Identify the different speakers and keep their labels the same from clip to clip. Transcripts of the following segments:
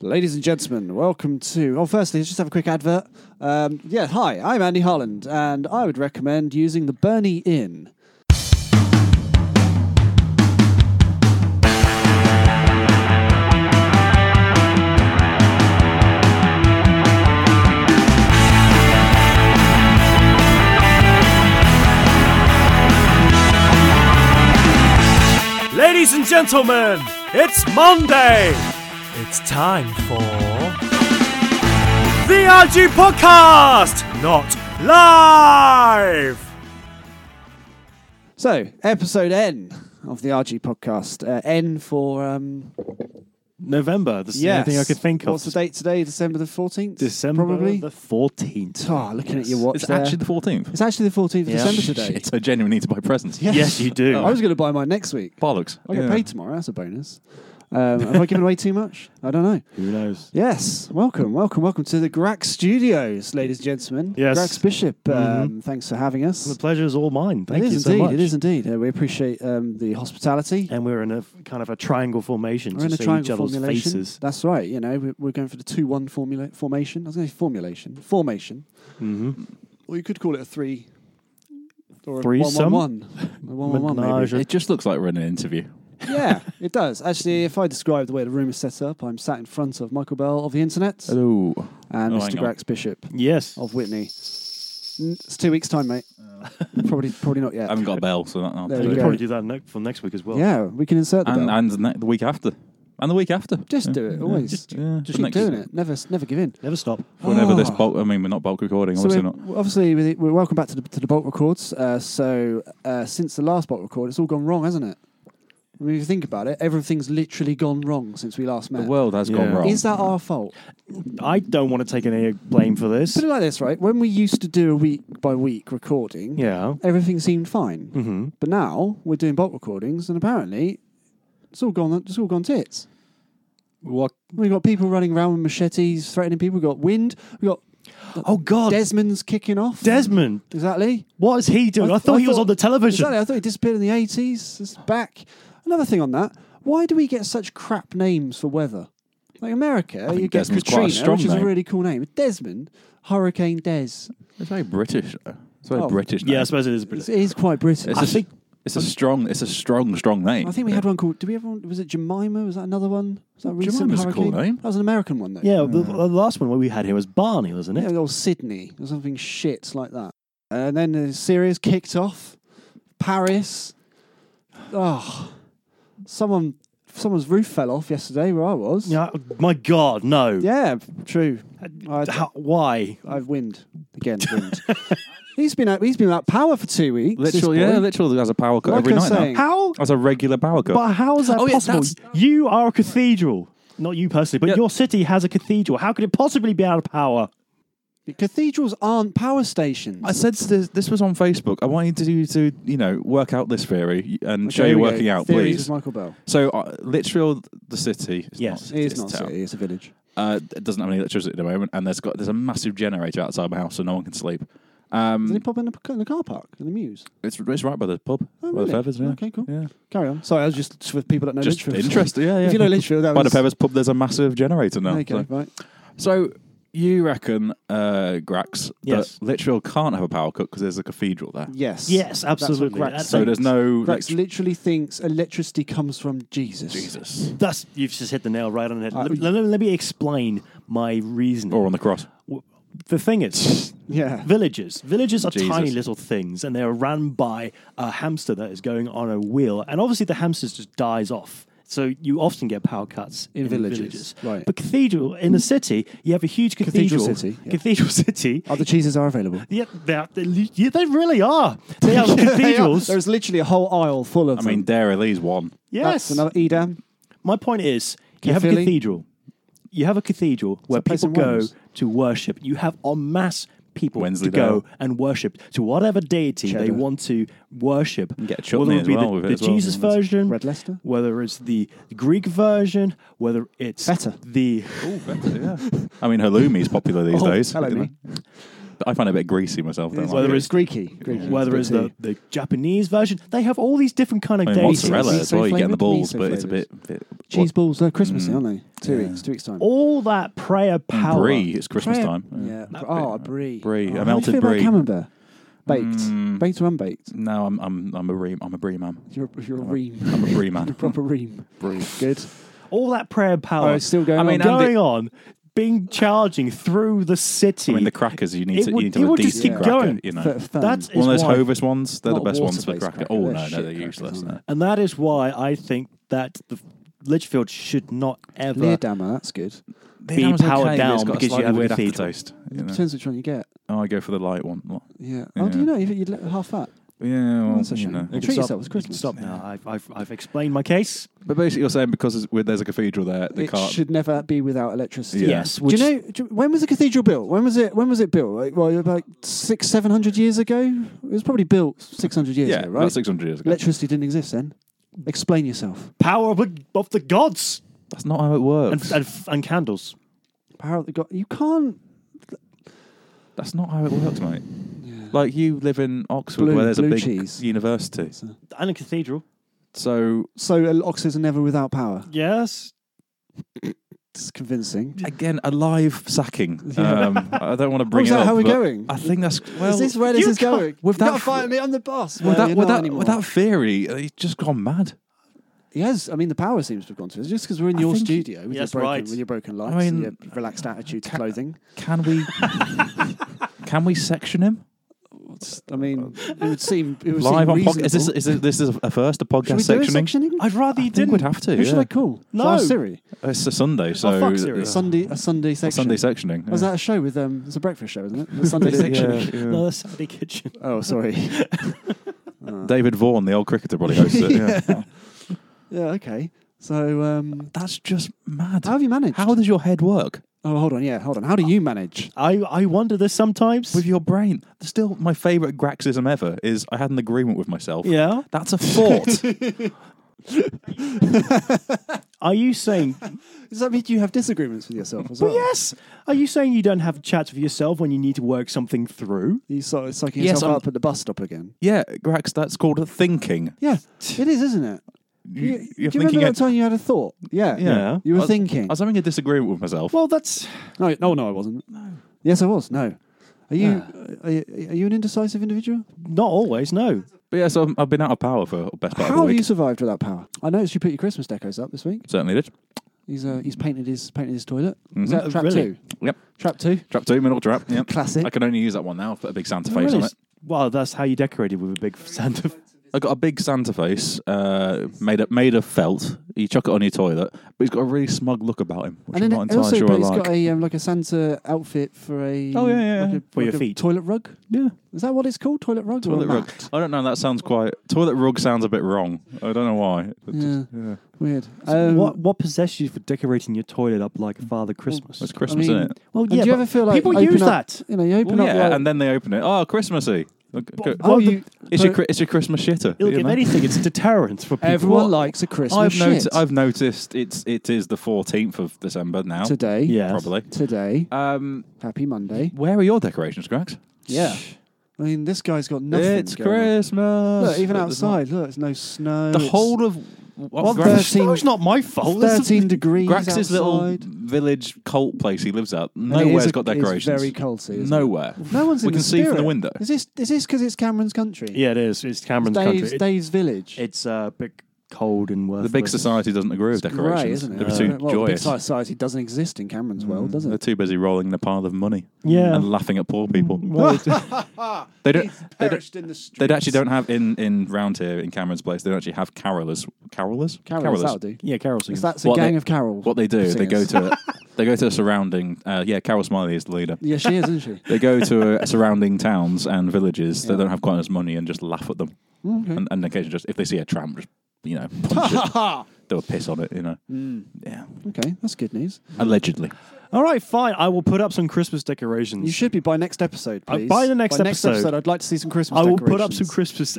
Speaker 1: Ladies and gentlemen, welcome to. Well, firstly, let's just have a quick advert. Um, yeah, hi, I'm Andy Harland, and I would recommend using the Bernie Inn.
Speaker 2: Ladies and gentlemen, it's Monday. It's time for the RG Podcast, not live.
Speaker 1: So, episode N of the RG podcast. Uh, N for. Um,
Speaker 3: November. This is the
Speaker 1: yes.
Speaker 3: only thing I could think of.
Speaker 1: What's the date today? December the 14th?
Speaker 3: December
Speaker 1: Probably.
Speaker 3: the fourteenth.
Speaker 1: Oh, looking at your watch.
Speaker 4: It's
Speaker 1: there.
Speaker 4: actually the 14th.
Speaker 1: It's actually the 14th of
Speaker 3: Yeah.
Speaker 1: December today.
Speaker 4: Shit, I genuinely need to buy presents.
Speaker 1: Yes.
Speaker 3: Yes, you do.
Speaker 1: I was going to buy mine next week.
Speaker 4: Bollocks.
Speaker 1: I get
Speaker 4: Yeah.
Speaker 1: paid tomorrow. That's a bonus. Um, have I given away too much? I don't know.
Speaker 3: Who knows?
Speaker 1: Yes, welcome, welcome, welcome to the Grax Studios, ladies and gentlemen.
Speaker 3: Yes.
Speaker 1: Grax Bishop, um, thanks for having us.
Speaker 3: The pleasure is all mine. Thank
Speaker 1: it
Speaker 3: you
Speaker 1: is
Speaker 3: so
Speaker 1: indeed,
Speaker 3: much.
Speaker 1: it is indeed. Uh, we appreciate um, the hospitality.
Speaker 3: And we're in a kind of a triangle formation
Speaker 1: We're
Speaker 3: to
Speaker 1: in a
Speaker 3: see
Speaker 1: triangle
Speaker 3: each other's
Speaker 1: formulation.
Speaker 3: faces.
Speaker 1: That's right. You know, we're, we're going for the two-one formula formation. I was going to say formulation, formation.
Speaker 3: Mm-hmm.
Speaker 1: Or you could call it a three. Or a
Speaker 3: Threesome?
Speaker 1: one-one-one. A one-one-one, maybe.
Speaker 3: Menage
Speaker 4: It just looks like we're in an interview.
Speaker 1: yeah, it does. Actually, if I describe the way the room is set up, I'm sat in front of Michael Bell of the Internet
Speaker 4: Hello.
Speaker 1: and
Speaker 4: Oh,
Speaker 1: Mr.
Speaker 4: hang on.
Speaker 1: Grax Bishop.
Speaker 3: Yes.
Speaker 1: of Whitney. N- It's two weeks' time, mate. probably, probably not
Speaker 4: Uh. I
Speaker 1: yet.
Speaker 4: haven't got a bell, so that, I'll
Speaker 1: There you
Speaker 3: we
Speaker 4: do
Speaker 3: could
Speaker 4: it.
Speaker 1: go.
Speaker 3: probably do that ne- for next week as well.
Speaker 1: Yeah, we can insert the
Speaker 4: And,
Speaker 1: bell.
Speaker 4: and ne- the week after. And the week after.
Speaker 1: Just
Speaker 4: Yeah.
Speaker 1: do it
Speaker 4: Yeah.
Speaker 1: always.
Speaker 4: Just, yeah.
Speaker 1: Just
Speaker 4: for
Speaker 1: keep
Speaker 4: next-
Speaker 1: doing it. Never, s- never give in.
Speaker 3: Never stop.
Speaker 4: Whenever this
Speaker 1: Ah.
Speaker 4: bulk, I mean, we're not bulk recording,
Speaker 1: So
Speaker 4: obviously
Speaker 1: we're,
Speaker 4: not.
Speaker 1: we're obviously, we're, we're welcome back to the, to the Bolt Records. Uh, so uh, since the last Bolt Record, it's all gone wrong, hasn't it? I mean, if you think about it, everything's literally gone wrong since we last met.
Speaker 4: The world has gone
Speaker 3: Yeah.
Speaker 4: wrong.
Speaker 1: Is that our fault? Oh.
Speaker 3: I don't want to take any blame for this.
Speaker 1: Put it like this, right? When we used to do a week by week recording,
Speaker 3: Yeah.
Speaker 1: everything seemed fine.
Speaker 4: Hmm.
Speaker 3: Mm-hmm.
Speaker 1: But now we're doing bulk recordings, and apparently it's all gone. It's all gone tits.
Speaker 3: What?
Speaker 1: We've got people running around with machetes, threatening people. We've got wind. We've got
Speaker 3: Oh God,
Speaker 1: Desmond's kicking off.
Speaker 3: Desmond.
Speaker 1: exactly.
Speaker 3: What is he doing? I, thought he was on the television.
Speaker 1: Exactly. I thought he disappeared in the eighties. It's back. Another thing on that. Why do we get such crap names for weather? Like America, you
Speaker 4: think
Speaker 1: get
Speaker 4: Desmond's quite a
Speaker 1: Katrina,
Speaker 4: strong
Speaker 1: which is a
Speaker 4: name.
Speaker 1: really cool name. Desmond, Hurricane Des.
Speaker 4: It's very British, though. It's very
Speaker 1: Oh.
Speaker 4: British.
Speaker 3: Yeah, I
Speaker 4: name.
Speaker 3: suppose it is. British.
Speaker 1: It is quite British.
Speaker 4: It's
Speaker 1: I
Speaker 4: a,
Speaker 1: think.
Speaker 4: it's a strong, it's a strong, strong name.
Speaker 1: I think we had one called. Did we ever? Was it Jemima? Was that another one? Was that a recent
Speaker 4: Jemima's a cool
Speaker 1: hurricane?
Speaker 4: name.
Speaker 1: That was an American one though.
Speaker 3: Yeah, the, the last one we had here was Barney, wasn't
Speaker 1: Yeah,
Speaker 3: it?
Speaker 1: or Sydney or something shit like that. And then the series kicked off. Paris. Oh, someone, someone's roof fell off yesterday where I was.
Speaker 3: Yeah. My God, no.
Speaker 1: Yeah, true.
Speaker 4: Uh,
Speaker 1: I,
Speaker 3: How, why?
Speaker 1: I've wind again. Wind. he's been out. He's been out power for two weeks. this
Speaker 4: Literally,
Speaker 1: boy.
Speaker 4: yeah, literally has a power cut
Speaker 1: Like
Speaker 4: every
Speaker 1: I was
Speaker 4: night
Speaker 1: saying-
Speaker 4: now.
Speaker 3: How?
Speaker 4: As a regular power cut.
Speaker 3: But how is that
Speaker 4: Oh, yeah,
Speaker 3: possible?
Speaker 4: that's-
Speaker 3: you are a cathedral. Not you personally, but
Speaker 4: Yeah.
Speaker 3: your city has a cathedral. How could it possibly be out of power?
Speaker 1: The Cathedrals aren't power stations.
Speaker 4: I said this, this was on Facebook. I want you to, do- to you know, work out this theory and
Speaker 1: Okay,
Speaker 4: show
Speaker 1: here
Speaker 4: you
Speaker 1: we go.
Speaker 4: working out,
Speaker 1: Theories
Speaker 4: please.
Speaker 1: With Michael Bell.
Speaker 4: So, uh, literal the city. Is
Speaker 3: Yes.
Speaker 4: not,
Speaker 1: It
Speaker 4: a
Speaker 1: is
Speaker 4: city,
Speaker 1: not
Speaker 4: it's
Speaker 1: a
Speaker 4: a town.
Speaker 1: city. It's a village.
Speaker 4: Uh, it doesn't have any electricity at the moment, and there's got there's a massive generator outside my house, so no one can sleep.
Speaker 1: Did
Speaker 4: Um,
Speaker 1: it pop in the, in the car park in the Muse?
Speaker 4: it's it's right by the pub,
Speaker 1: Oh,
Speaker 4: by
Speaker 1: really?
Speaker 4: the Feathers. Yeah.
Speaker 1: Okay, cool.
Speaker 4: Yeah.
Speaker 1: Carry on. Sorry, I was just for people that know
Speaker 4: Just
Speaker 1: Litchfield.
Speaker 4: interesting. Yeah, yeah.
Speaker 1: If you know Litchfield, that
Speaker 4: by the
Speaker 1: was
Speaker 4: Feathers pub, there's a massive generator now.
Speaker 1: Okay,
Speaker 4: So,
Speaker 1: right.
Speaker 4: so you reckon, uh, Grax,
Speaker 3: Yes.
Speaker 4: that Litchfield can't have a power cut because there's a cathedral there.
Speaker 1: Yes.
Speaker 3: Yes, absolutely.
Speaker 1: Grax
Speaker 3: That's-
Speaker 4: So there's no
Speaker 1: Grax
Speaker 4: elect-
Speaker 1: literally thinks electricity comes from Jesus.
Speaker 4: Jesus
Speaker 3: That's you've just hit the nail right on the head.
Speaker 1: Uh,
Speaker 3: let, me- let me- let me explain my reasoning.
Speaker 4: or on the cross.
Speaker 3: The thing is,
Speaker 1: Yeah.
Speaker 3: villages. Villages are
Speaker 4: Jesus.
Speaker 3: tiny little things, and they are run by a hamster that is going on a wheel. And obviously, the hamster just dies off. So you often get power cuts
Speaker 1: In villages, right.
Speaker 3: But cathedral in a city, you have a huge
Speaker 1: Cathedral
Speaker 3: cathedral.
Speaker 1: city, yeah.
Speaker 3: Cathedral city.
Speaker 1: Other cheeses are available.
Speaker 3: Yeah, they, are, they, yeah, they really are. They are cathedrals.
Speaker 1: There's literally a whole aisle full of
Speaker 4: I mean,
Speaker 1: them.
Speaker 4: Dara Lee's one.
Speaker 1: That's
Speaker 3: yes.
Speaker 1: another Edam.
Speaker 3: My point is, you have a
Speaker 1: Cathedral.
Speaker 3: cathedral. You have a cathedral where
Speaker 1: place
Speaker 3: people
Speaker 1: in
Speaker 3: go
Speaker 1: Wales.
Speaker 3: to worship. You have en masse people to
Speaker 4: Wensleydale.
Speaker 3: go and worship to whatever deity they
Speaker 1: Cheddar.
Speaker 3: want to worship.
Speaker 4: get a chutney
Speaker 3: whether it
Speaker 4: as
Speaker 3: be
Speaker 4: well
Speaker 3: the,
Speaker 4: with it
Speaker 3: the
Speaker 4: as well,
Speaker 3: Jesus
Speaker 4: wouldn't it?
Speaker 3: version,
Speaker 1: Red Leicester.
Speaker 3: whether it's the Greek version, whether it's
Speaker 1: Feta.
Speaker 3: the
Speaker 4: I mean, Halumi's popular these
Speaker 1: Oh,
Speaker 4: days.
Speaker 1: hello,
Speaker 4: you know.
Speaker 1: me.
Speaker 4: I find it a bit greasy myself. Don't
Speaker 3: Whether
Speaker 4: like it.
Speaker 3: it's-
Speaker 1: Greeky. Greeky.
Speaker 3: whether it's the, the Japanese version. They have all these different kind of
Speaker 4: I mean,
Speaker 3: deities.
Speaker 4: mozzarella as well, you get in the
Speaker 1: Miso-flavoured,
Speaker 4: balls, but it's a bit, bit
Speaker 1: Cheese balls, they're Christmassy, aren't they? Two
Speaker 4: Mm. Yeah.
Speaker 1: weeks, two weeks time.
Speaker 3: All that prayer power.
Speaker 4: Brie. It's Christmas
Speaker 1: Prayer-
Speaker 4: time.
Speaker 1: Yeah. Oh, a brie. Oh,
Speaker 4: Brie, a
Speaker 1: how do you
Speaker 4: melted
Speaker 1: feel about
Speaker 4: brie.
Speaker 1: camembert, baked,
Speaker 4: Mm.
Speaker 1: baked or unbaked.
Speaker 4: No, I'm I'm I'm a brie. I'm a brie man.
Speaker 1: You're, you're a ream.
Speaker 4: I'm a brie
Speaker 1: You're a
Speaker 4: man.
Speaker 1: proper ream.
Speaker 4: Brie.
Speaker 1: Good.
Speaker 3: All that prayer
Speaker 1: Oh,
Speaker 3: power.
Speaker 1: it's still going
Speaker 4: I
Speaker 1: on.
Speaker 4: mean,
Speaker 3: going on, being charging through the city.
Speaker 4: I mean, the crackers you need
Speaker 3: It
Speaker 4: to
Speaker 3: would-
Speaker 4: you need
Speaker 3: it
Speaker 4: to have a
Speaker 3: would just
Speaker 4: decent
Speaker 1: keep
Speaker 4: cracker.
Speaker 3: going.
Speaker 4: You know,
Speaker 1: Th- thumb.
Speaker 3: That's-
Speaker 4: one of
Speaker 3: is
Speaker 4: those
Speaker 3: why-
Speaker 4: Hovis ones. They're the
Speaker 1: Not
Speaker 4: best ones for
Speaker 1: water-based
Speaker 4: cracker.
Speaker 1: cracker,
Speaker 4: Oh
Speaker 1: they're
Speaker 4: no, no,
Speaker 1: shit
Speaker 4: they're
Speaker 1: crackers,
Speaker 4: useless.
Speaker 1: aren't
Speaker 4: no.
Speaker 3: and that is why I think that the Litchfield should not ever.
Speaker 1: Leerdammer, that's good.
Speaker 3: Be
Speaker 4: That was
Speaker 3: powered
Speaker 4: but it's
Speaker 3: down
Speaker 4: got a
Speaker 3: because you
Speaker 4: slightly
Speaker 3: have a
Speaker 4: weird
Speaker 3: cathedral.
Speaker 4: aftertaste. You know?
Speaker 1: Depends which one you get.
Speaker 4: Oh, I go for the light one. Well,
Speaker 1: Yeah. How Oh, do
Speaker 4: Yeah.
Speaker 1: you know? You- You'd let half that.
Speaker 4: Yeah, well,
Speaker 1: That's a
Speaker 4: you
Speaker 1: shame.
Speaker 4: know.
Speaker 3: You can
Speaker 1: Treat
Speaker 3: stop-
Speaker 1: yourself, it's
Speaker 3: you can
Speaker 1: Christmas.
Speaker 3: Stop now. I've, I've, I've explained my case.
Speaker 4: But basically, you're saying because it's, there's a cathedral there, they
Speaker 1: it
Speaker 4: can't.
Speaker 1: should never be without electricity.
Speaker 4: Yeah.
Speaker 3: Yes.
Speaker 1: Do you know do you- when was the cathedral built? When was it? When was it built? Like, well, about six, seven hundred years ago. It was probably built six hundred years
Speaker 4: yeah,
Speaker 1: ago,
Speaker 4: about
Speaker 1: right?
Speaker 4: 600 years ago.
Speaker 1: Electricity didn't exist then. Explain yourself.
Speaker 3: power of, of the gods
Speaker 4: That's not how it
Speaker 3: and,
Speaker 4: works.
Speaker 3: and, and candles.
Speaker 1: Power of the god. You can't.
Speaker 4: That's not how it works, mate. Like you live in Oxford,
Speaker 1: Blue-
Speaker 4: where there's a
Speaker 1: blue
Speaker 4: big
Speaker 1: cheese.
Speaker 4: university.
Speaker 3: And a cathedral.
Speaker 4: So
Speaker 1: So oxes are never without power.
Speaker 3: Yes.
Speaker 1: It's convincing.
Speaker 4: again, a live sacking. Um, I don't want to
Speaker 1: Oh,
Speaker 4: bring
Speaker 1: is
Speaker 4: it
Speaker 1: that
Speaker 4: up.
Speaker 1: how we're
Speaker 4: but
Speaker 1: going?
Speaker 4: I think that's well.
Speaker 1: is this where this
Speaker 3: you
Speaker 1: is
Speaker 3: can't-
Speaker 1: going?
Speaker 4: with
Speaker 1: You've got
Speaker 4: that-
Speaker 1: to fight me. I'm the boss.
Speaker 4: with
Speaker 1: Well,
Speaker 4: that,
Speaker 1: you're
Speaker 4: with
Speaker 1: not
Speaker 4: that,
Speaker 1: anymore.
Speaker 4: with that theory, uh, he's just gone mad.
Speaker 1: Yes, I mean the power seems to have gone to us just because we're in
Speaker 4: I
Speaker 1: your
Speaker 4: think-
Speaker 1: studio with,
Speaker 3: Yes,
Speaker 1: your broken,
Speaker 3: right.
Speaker 1: with your broken lights
Speaker 4: mean,
Speaker 1: and your relaxed attitude to
Speaker 4: ca-
Speaker 1: clothing.
Speaker 4: Can we? can we section him
Speaker 1: I mean, it would seem it would
Speaker 4: live
Speaker 1: seem
Speaker 4: on podcast? Is this
Speaker 1: reasonable.
Speaker 4: is this, this is a first a
Speaker 1: Should
Speaker 4: podcast
Speaker 1: we do a sectioning?
Speaker 4: sectioning?
Speaker 3: I'd rather you
Speaker 4: I think
Speaker 3: didn't.
Speaker 4: we'd have to.
Speaker 1: Who should
Speaker 4: yeah.
Speaker 1: I call?
Speaker 3: No.
Speaker 1: Should I ask Siri.
Speaker 4: It's a Sunday, so
Speaker 3: fuck Siri.
Speaker 4: uh,
Speaker 1: Sunday a Sunday section.
Speaker 4: Sunday sectioning.
Speaker 1: Was
Speaker 4: yeah.
Speaker 1: that a show with um? It's a breakfast show, isn't it? The Sunday
Speaker 4: Yeah,
Speaker 1: section.
Speaker 4: yeah.
Speaker 3: No, that's Saturday kitchen.
Speaker 1: Oh, sorry. Oh.
Speaker 4: David Vaughan, the old cricketer, probably hosts it. Yeah.
Speaker 1: Yeah. Okay. So um,
Speaker 4: That's just mad.
Speaker 1: how have you managed?
Speaker 4: How does your head work
Speaker 1: Oh, hold on. Yeah, hold on. How do you manage?
Speaker 3: I, I wonder this sometimes.
Speaker 4: with your brain? Still, my favourite Graxism ever is I had an agreement with myself.
Speaker 3: yeah.
Speaker 4: That's a thought.
Speaker 3: Are you saying
Speaker 1: Does that mean you have disagreements with yourself as
Speaker 3: But
Speaker 1: well?
Speaker 3: yes? Are you saying you don't have chats with yourself when you need to work something through?
Speaker 1: You sort of psyching
Speaker 4: Yes,
Speaker 1: yourself
Speaker 4: I'm-
Speaker 1: up at the bus stop again.
Speaker 4: yeah, Grax, that's called thinking.
Speaker 1: Yeah, it is, isn't it?
Speaker 4: You,
Speaker 1: do you
Speaker 4: you're
Speaker 1: remember
Speaker 4: thinking.
Speaker 1: that
Speaker 4: it-
Speaker 1: time you had a thought? Yeah.
Speaker 4: Yeah.
Speaker 1: You
Speaker 4: I
Speaker 1: were
Speaker 4: was- I
Speaker 1: thinking.
Speaker 4: was having a disagreement with myself.
Speaker 3: Well, that's
Speaker 1: No, no, no, I wasn't. No. Yes, I was. No. Are you,
Speaker 4: Ah.
Speaker 1: are you are you an indecisive individual?
Speaker 3: not always. No,
Speaker 4: but yeah, so I'm- I've been out of power for the best part
Speaker 1: How
Speaker 4: of a
Speaker 1: have
Speaker 4: week.
Speaker 1: you survived without power? I noticed you put your Christmas decos up this week.
Speaker 4: Certainly did.
Speaker 1: He's uh, he's painted his painted his toilet. Is
Speaker 4: Mhm.
Speaker 1: that trap
Speaker 3: Really?
Speaker 1: two?
Speaker 4: Yep.
Speaker 1: Trap two.
Speaker 4: Trap two, middle trap. Yep.
Speaker 1: Classic.
Speaker 4: I can only use that one now. I've Put a big Santa face on
Speaker 3: Really?
Speaker 4: it.
Speaker 3: Well, that's how you decorated with a big Santa.
Speaker 4: I got a big Santa face, uh, made of made of felt. You chuck it on your toilet, but he's got a really smug look about him, which
Speaker 1: And
Speaker 4: I'm
Speaker 1: then
Speaker 4: not
Speaker 1: it-
Speaker 4: entirely
Speaker 1: also,
Speaker 4: sure I
Speaker 1: but he's
Speaker 4: like.
Speaker 1: got a um, like a Santa outfit for a
Speaker 4: Oh, yeah, yeah,
Speaker 1: like a-
Speaker 4: yeah.
Speaker 3: For
Speaker 1: like
Speaker 3: your
Speaker 1: a
Speaker 3: feet.
Speaker 1: toilet rug.
Speaker 3: Yeah,
Speaker 1: Is that what it's called? Toilet rug. or a
Speaker 4: Toilet rug.
Speaker 1: mat?
Speaker 4: I don't know. That sounds quite. Toilet rug sounds a bit wrong. I don't know why. It just-
Speaker 1: Yeah.
Speaker 4: yeah.
Speaker 1: Weird. Um,
Speaker 3: what what possessed you for decorating your toilet up like Father Christmas?
Speaker 4: It's Christmas,
Speaker 1: mean,
Speaker 4: isn't it?
Speaker 3: Well,
Speaker 1: and do you
Speaker 3: but
Speaker 1: ever feel like
Speaker 3: people
Speaker 1: open
Speaker 3: use
Speaker 1: up-
Speaker 3: that?
Speaker 1: You know, you open
Speaker 4: Well,
Speaker 1: up.
Speaker 4: yeah,
Speaker 1: like-
Speaker 4: and then they open it. Oh, Christmassy. Look, go-
Speaker 1: oh,
Speaker 3: well, the-
Speaker 1: you, but
Speaker 4: it's your Chri- it's your Christmas shitter.
Speaker 3: Look,
Speaker 4: you
Speaker 3: if
Speaker 4: know?
Speaker 3: anything, it's a deterrent for people.
Speaker 1: everyone
Speaker 4: Well,
Speaker 1: likes a Christmas
Speaker 4: I've,
Speaker 1: shit.
Speaker 4: noti- I've noticed it's it is the fourteenth of December now.
Speaker 1: today.
Speaker 3: Yes.
Speaker 4: Probably.
Speaker 1: Today.
Speaker 4: Um,
Speaker 1: Happy Monday.
Speaker 4: where are your decorations, Grax?
Speaker 1: Yeah. I mean, this guy's got nothing.
Speaker 4: it's
Speaker 1: going on.
Speaker 4: Christmas.
Speaker 1: Look, even
Speaker 4: But there's not-
Speaker 1: outside. Look, there's no snow.
Speaker 4: The
Speaker 1: it's
Speaker 4: whole of
Speaker 1: Well,
Speaker 4: what,
Speaker 1: there's-
Speaker 4: Grax,
Speaker 1: Thirteen-
Speaker 3: Oh, it's not my fault. That's-
Speaker 1: 13 degrees
Speaker 4: Grax's
Speaker 1: outside.
Speaker 4: little village cult place he lives at.
Speaker 1: And it is
Speaker 4: Nowhere's
Speaker 1: a-
Speaker 4: got
Speaker 1: it is
Speaker 4: decorations.
Speaker 1: very cold, too, isn't
Speaker 4: Nowhere.
Speaker 1: it? No one's
Speaker 4: We
Speaker 1: in the
Speaker 4: can see from the
Speaker 1: spirit.
Speaker 4: window.
Speaker 1: Is this is this because it's Cameron's country?
Speaker 3: Yeah, it is. It's Cameron's
Speaker 1: Dave's,
Speaker 3: country. It-
Speaker 1: Dave's village.
Speaker 3: it's a uh, bit cold and worthless.
Speaker 4: The big society doesn't agree with decorations.
Speaker 1: Grey, isn't it?
Speaker 4: They're too
Speaker 1: Uh, well,
Speaker 4: joyous. Mm,
Speaker 1: The big society doesn't exist in Cameron's world, does
Speaker 4: They're
Speaker 1: it?
Speaker 4: too busy rolling in a pile of money
Speaker 3: Yeah.
Speaker 4: and laughing at poor people.
Speaker 3: Well, it-
Speaker 4: They don't. They don't
Speaker 1: in the
Speaker 4: they actually don't have in in round here in Cameron's place. They don't actually have carolers. Carolers.
Speaker 1: Carolers, that'll do.
Speaker 3: yeah, Carol sings.
Speaker 1: If that's a
Speaker 4: What
Speaker 1: gang
Speaker 4: they-
Speaker 1: of carols.
Speaker 4: What they do, they go
Speaker 1: Singers.
Speaker 4: to a, they go to a surrounding. Uh, yeah, Carol Smiley is the leader.
Speaker 1: Yeah, she is, isn't she?
Speaker 4: They go to uh surrounding towns and villages that
Speaker 1: Yeah. Mm-hmm.
Speaker 4: don't have quite as money and just laugh at them.
Speaker 1: Okay.
Speaker 4: And, and occasionally, just if they see a tramp, just you know, punch it. they'll piss on it. You know,
Speaker 1: Mm.
Speaker 4: yeah,
Speaker 1: Okay, that's good news.
Speaker 4: allegedly.
Speaker 3: All right, fine. I will put up some Christmas decorations.
Speaker 1: You should be by next episode,
Speaker 3: Uh,
Speaker 1: please.
Speaker 3: by the next
Speaker 1: by next
Speaker 3: episode.
Speaker 1: episode, I'd like to see some Christmas.
Speaker 3: I will put up some
Speaker 1: decorations.
Speaker 3: Christmas